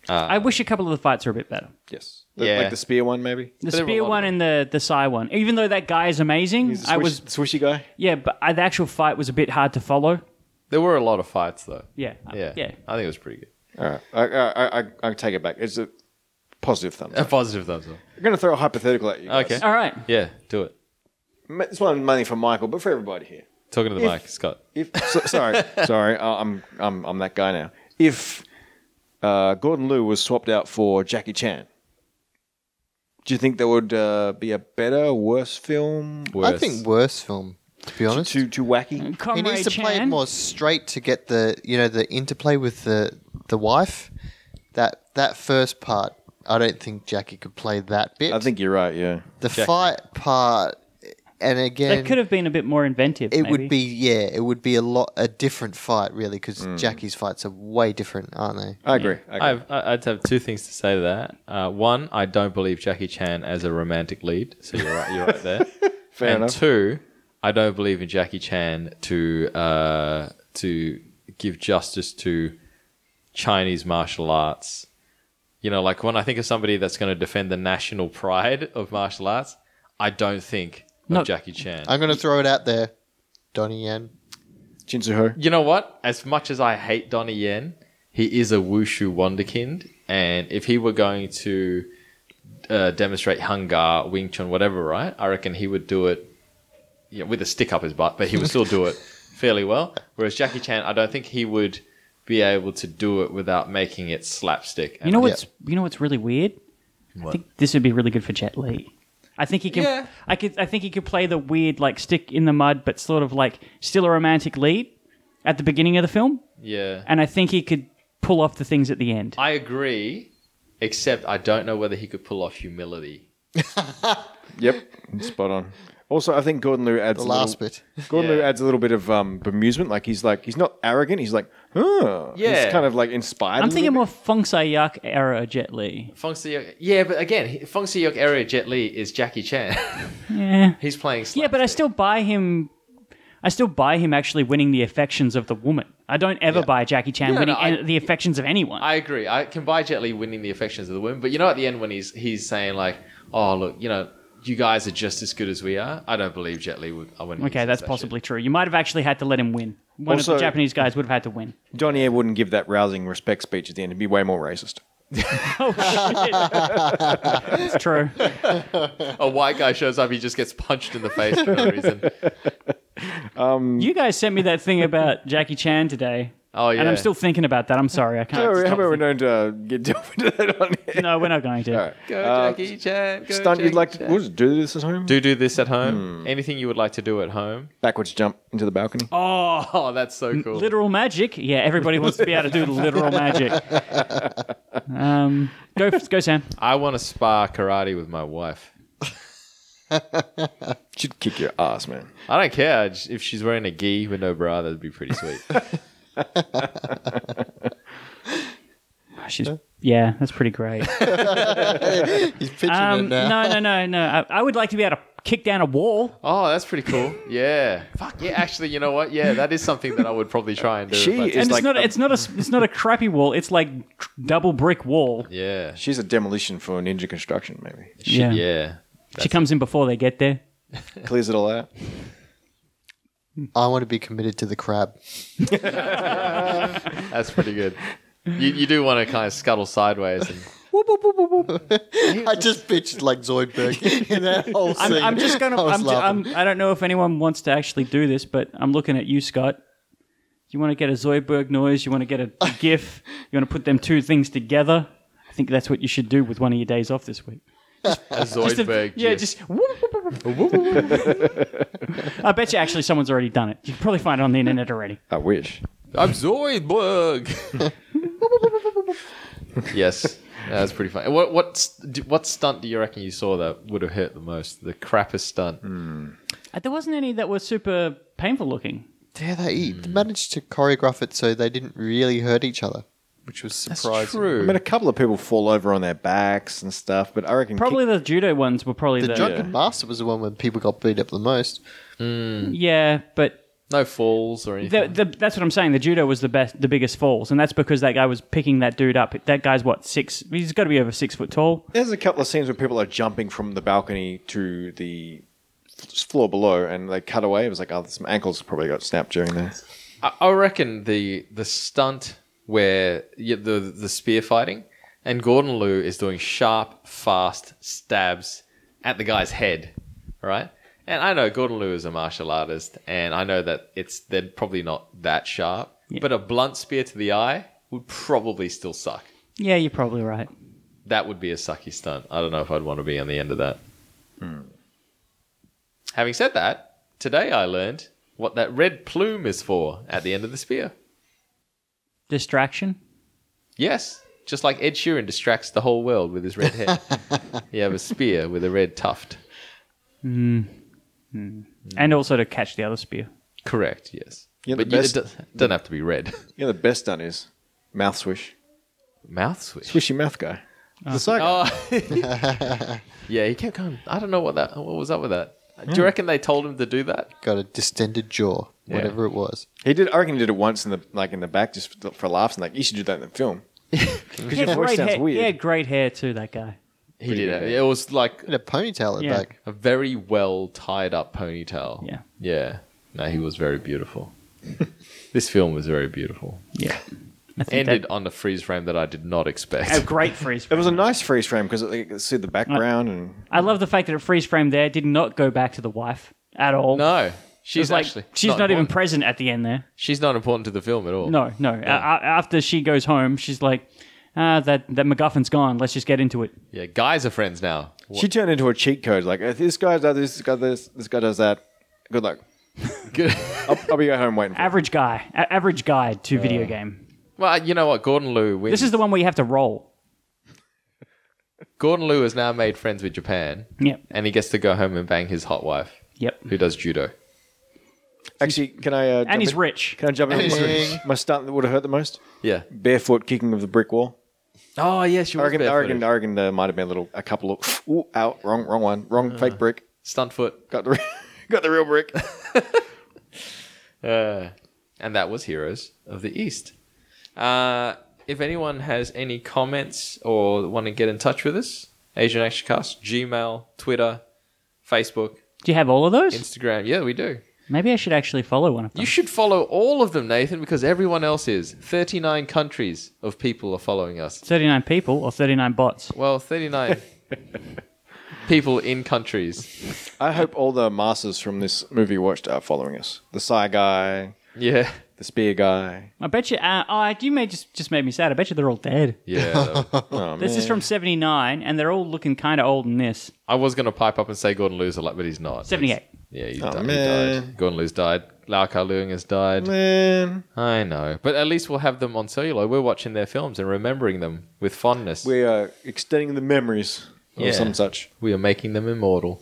S6: I wish a couple of the fights were a bit better.
S4: Yes. The-
S3: Yeah.
S4: Like the spear one, maybe.
S6: The
S3: There were a
S6: spear
S3: lot of
S6: one and the the Psy one. Even though that guy is amazing,
S4: He's a
S6: I
S4: swish-
S6: was
S4: swishy guy.
S6: yeah, but I, the actual fight was a bit hard to follow.
S3: There were a lot of fights though.
S6: Yeah,
S3: Yeah.
S6: Uh, yeah.
S3: I think it was pretty good.
S4: All right. I, I, I, I take it back. It's a positive thumbs.
S3: A
S4: Up.
S3: positive thumbs up.
S4: I'm going to throw a hypothetical at you. guys.
S3: Uh, Okay.
S6: All right,
S3: Yeah. Do it.
S4: Ma- This one money for Michael, but for everybody here.
S3: Talking to the mic, Scott.
S4: If [laughs] so, sorry, sorry, I- I'm I'm I'm that guy now. If uh, Gordon Liu was swapped out for Jackie Chan, do you think that would uh, be a better, worse film?
S5: I think worse film, to be honest.
S4: Too too wacky.
S6: Comrade
S5: he needs to
S6: Chan.
S5: play it more straight to get the you know the interplay with the the wife. That that first part, I don't think Jackie could play that bit.
S4: I think you're right. Yeah,
S5: the fight part, and
S6: They
S5: again,
S6: could have been a bit more inventive.
S5: it
S6: maybe.
S5: would be yeah, it would be a lot a different fight really because
S4: Mm.
S5: Jackie's fights are way different, aren't they?
S4: I agree. I agree.
S3: I've, I- I'd have two things to say to that. Uh, one, I don't believe Jackie Chan as a romantic lead, so you're right, you're right there.
S4: [laughs] Fair
S3: and
S4: enough.
S3: two, I don't believe in Jackie Chan to uh, to give justice to Chinese martial arts. You know, like when I think of somebody that's going to defend the national pride of martial arts, I don't think
S6: No.
S3: of Jackie Chan.
S5: I'm gonna throw it out there, Donnie Yen.
S4: Jin Soo Ho.
S3: You know what? As much as I hate Donnie Yen, he is a wushu wonderkind, and if he were going to uh, demonstrate hungar, Wing Chun, whatever, right? I reckon he would do it yeah, with a stick up his butt, but he would still
S6: [laughs]
S3: do it fairly well. Whereas Jackie Chan, I don't think he would be able to do it without making it slapstick.
S6: You know
S5: Yeah.
S6: what's you know what's really weird? I think this would be really good for Jet Li. I think he can.
S3: Yeah.
S6: I could. I think he could play the weird, like stick in the mud, but sort of like still a romantic lead at the beginning of the film.
S3: yeah,
S6: And I think he could pull off the things at the end.
S3: I agree. Except I don't know whether he could pull off humility.
S4: Yep, spot on. Also, I think Gordon Liu adds
S5: The
S4: a
S5: last
S4: little,
S5: bit.
S4: Gordon Liu
S3: Yeah.
S4: adds a little bit of um, bemusement. Like he's like he's not arrogant. He's like, huh.
S3: Yeah.
S4: He's kind of like inspired. a
S6: I'm
S4: little
S6: thinking
S4: bit.
S6: more Feng Yak era Jet Li.
S3: Fong Si-hyuk, yeah, but again, he- Fong Si-hyuk area Jet Li is Jackie Chan.
S6: Yeah.
S3: [laughs] He's playing. Slapstick.
S6: Yeah, but I still buy him. I still buy him actually winning the affections of the woman. I I don't ever buy Jackie Chan
S3: No,
S6: winning
S3: no, I-
S6: an- the affections of anyone.
S3: I agree. I can buy Jet Li winning the affections of the women, but you know, at the end when he's he's saying like, "Oh, look, you know, you guys are just as good as we are." I don't believe Jet Li would. I wouldn't.
S6: okay, that's possibly true. You might have actually had to let him win. One of
S4: Also-
S6: the Japanese guys would have had to win.
S4: Donnie Air wouldn't give that rousing respect speech at the end. It'd be way more racist.
S6: Oh shit!
S3: [laughs]
S6: it's true.
S3: A white guy shows up, he just gets punched in the face for
S6: [laughs]
S3: no reason.
S6: You guys sent me that thing about Jackie Chan today.
S3: Oh,
S6: And
S3: yeah.
S6: I'm still thinking about that. I'm sorry. I can't.
S4: How
S6: stop
S4: about we're
S6: thinking-
S4: known to get deep [laughs] into that on here?
S6: no, we're not going to.
S3: Go Jackie Chan. Go
S4: Stunt Uh, you'd
S3: Jackie
S4: like
S3: Chan.
S4: to Hmm. what is it, do this at home?
S3: Do do this at home. Anything you would like to do at home? [laughs]
S4: Backwards jump into the balcony.
S3: Oh, that's so cool.
S6: Literal magic. Yeah, everybody wants to be able to do the
S3: [laughs]
S6: literal magic. Um, go, go, Sam.
S3: I want to spar karate with my wife.
S4: She'd kick your ass, man.
S3: I don't care j- if she's wearing a gi with no bra. That'd be pretty sweet.
S6: She's yeah, that's pretty [laughs] great.
S5: He's pitching
S6: Um,
S5: it now.
S6: no, no, no, no. I, I would like to be able to kick down a wall.
S3: [laughs] oh, that's pretty cool. Yeah. Fuck yeah. Actually, you know what? Yeah, that is something that I would probably try and do. if
S4: She
S3: I-
S4: is-
S6: and it's
S4: like
S6: not.
S4: a-
S6: it's not a. s- It's not a crappy wall. It's like tr- double brick wall.
S3: Yeah.
S4: She's a demolition for ninja construction, maybe. She
S6: yeah.
S3: Yeah.
S6: She comes in before they get there.
S4: clears it all out.
S5: I want to be committed to the crab.
S3: That's pretty good. You, you do want to kind of scuttle sideways. [laughs] And,
S5: [laughs] I just pictured like Zoidberg [laughs] in that whole
S6: I'm,
S5: scene.
S6: I'm just gonna.
S5: [laughs] I was
S6: I'm, ju-
S5: laughing.
S6: I'm, I don't know if anyone wants to actually do this, but I'm looking at you, Scott. You want to get a Zoidberg noise? You want
S5: [laughs]
S6: to get a GIF? You want to put them two things together? I think that's what you should do with one of your days off this week.
S3: a Zoidberg.
S6: yeah,
S3: gif.
S6: just. [laughs] I bet you actually someone's already done it. You can probably find it on the internet already.
S4: I wish.
S3: I'm Zoidberg. [laughs] yes, that's pretty funny. What what st- do- what stunt do you reckon you saw that would have hurt the most? The crappiest stunt.
S6: Uh, There wasn't any that were super painful looking.
S5: Yeah, they eat. They managed to choreograph it so they didn't really hurt each other, which was surprising.
S4: I
S3: True.
S4: mean, a couple of people fall over on their backs and stuff, but I reckon
S6: Probably the judo ones were probably the,
S5: The Drunken Master was the one where people got beat up the most.
S6: yeah, but
S3: No falls or anything.
S6: The, the, that's what I'm saying. The judo was the best, the biggest falls, and that's because that guy was picking that dude up. That guy's what six? He's got to be over six foot tall.
S4: There's a couple of scenes where people are jumping from the balcony to the f- floor below, and they cut away. It was like, oh, some ankles probably got snapped during there.
S3: I, I reckon the the stunt where yeah, the the spear fighting and Gordon Liu is doing sharp, fast stabs at the guy's head, right? And I know Gordon Liu is a martial artist, and I know that it's they're probably not that sharp, but a blunt spear to the eye would probably still suck.
S6: Yeah, you're probably right.
S3: That would be a sucky stunt. I don't know if I'd want to be on the end of that. Having said that, today I learned what that red plume is for at the end of the spear.
S6: Distraction.
S3: Yes, just like Ed Sheeran distracts the whole world with his red
S6: [laughs]
S3: hair. you have a spear with a red tuft.
S6: And also to catch the other spear.
S3: Correct. Yes,
S4: Yeah, the
S3: but you, it
S4: best-
S3: do- doesn't have to be red.
S4: You know, the best stunt is mouth swish.
S3: Mouth switch.
S4: Swishy mouth guy. The side guy.
S3: Yeah, he kept going. I don't know what that. What was up with that? Do you reckon they told him to do that?
S5: Got a distended jaw, whatever it was.
S4: He did. I reckon he did it once in the like in the back just for, for laughs and like you should do that in the
S6: [laughs]
S4: film. Because your voice
S6: Great
S4: sounds
S6: hair.
S4: weird.
S6: Yeah, great hair too. That guy.
S3: He did. It. it was like
S5: And a ponytail at the
S6: Yeah.
S5: back.
S3: a very well tied up ponytail.
S6: Yeah.
S3: Yeah. No, he was very beautiful. [laughs] this film was very beautiful.
S6: Yeah.
S3: Ended on the freeze frame that I did not
S6: A
S3: expect.
S6: great freeze.
S4: It
S6: Frame.
S4: was a nice freeze frame because like, you could see the background and
S6: I love the fact that a freeze frame there did not go back to the wife at
S3: [laughs]
S6: all.
S3: No.
S6: It's
S3: She's
S6: like
S3: actually
S6: she's not, even
S3: important.
S6: present at the end there.
S3: she's not important to the film at all.
S6: No, no. A- a- after she goes home, she's like, ah, that that MacGuffin's gone. Let's just get into it.
S3: Yeah, guys are friends now.
S4: she turned into a cheat code. Like if this guy does this, this guy does this, this guy does that. Good luck.
S3: Good. [laughs]
S4: I'll, I'll be at home waiting. for
S6: Average guy. A- average guide to video game.
S3: well, you know what? Gordon Liu wins.
S6: This is the one where you have to roll.
S3: Gordon Liu has now made friends with Japan,
S6: Yep.
S3: and he gets to go home and bang his hot wife,
S6: Yep.
S3: who does judo.
S4: it. Actually, can I? Uh, jump
S6: And he's
S4: in-
S6: rich.
S4: Can I jump in?
S5: And
S4: with
S5: he's
S4: my- My stunt that would have hurt the most:
S3: Yeah.
S4: barefoot kicking of the brick wall.
S3: Oh yes, she
S4: I
S3: was
S4: reckon, I reckon,
S3: barefooted.
S4: I reckon there might have been a little, a couple of ooh, out, wrong, wrong one,
S6: Uh.
S4: wrong fake brick. [laughs]
S3: Stunt foot.
S4: Got the, re- got the real brick.
S3: Uh, and that was Heroes of the East. Uh, if anyone has any comments or want to get in touch with us, Asian Action Cast, Gmail, Twitter, Facebook,
S6: Do you have all of those?
S3: Instagram. Yeah, we do.
S6: Maybe I should actually follow one of [laughs] them.
S3: You should follow all of them, Nathan, because everyone else is. 39 countries of people are following us.
S6: 39 people or 39 bots.
S3: Well, 39 people in countries.
S4: I hope all the masters from this movie watched are following us. The Psy guy,
S3: Yeah.
S4: the Spear guy.
S6: I bet you. Uh, oh, you may just just made me sad. I bet you they're all dead.
S3: Yeah.
S4: Oh,
S6: This is
S4: man.
S6: from '79, and they're all looking kind of old in this.
S3: I was going to pipe up and say Gordon Lewis a lot, but he's not.
S6: '78.
S3: Yeah, he,
S4: Oh,
S3: di- he
S4: man.
S3: died. Gordon Lewis died. Lau Kar Leung has died.
S4: Man,
S3: I know. But at least we'll have them on celluloid. We're watching their films and remembering them with fondness.
S4: we are extending the memories or
S3: Yeah.
S4: some such.
S3: We are making them immortal.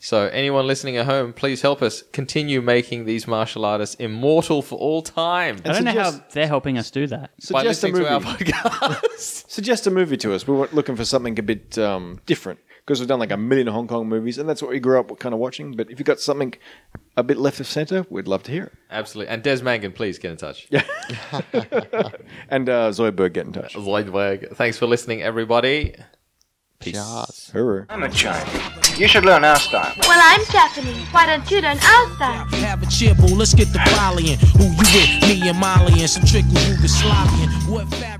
S3: So, anyone listening at home, please help us continue making these martial artists immortal for all time.
S6: I don't know how
S4: suggest-
S6: they're helping us do that.
S3: By
S4: Suggest a
S3: listening
S4: movie.
S3: to our [laughs] podcast.
S4: Suggest a movie to us. We were looking for something a bit um, different because we've done like a million Hong Kong movies, and that's what we grew up kind of watching. But if you got something a bit left of center, we'd love to hear it.
S3: Absolutely. And Des Mangan, please get in touch. Yeah.
S4: And uh, Zoidberg, get in touch.
S3: Zoidberg. Thanks for listening, everybody. Peace.
S5: Jars.
S4: Hurrah.
S8: I'm a China. You should learn our style.
S9: Well, I'm Japanese. Why don't you learn our style?
S10: Have a cheer, boo. Let's get the volley in. Who you with? Me and Molly and some trickle Yugoslavian. What fabric?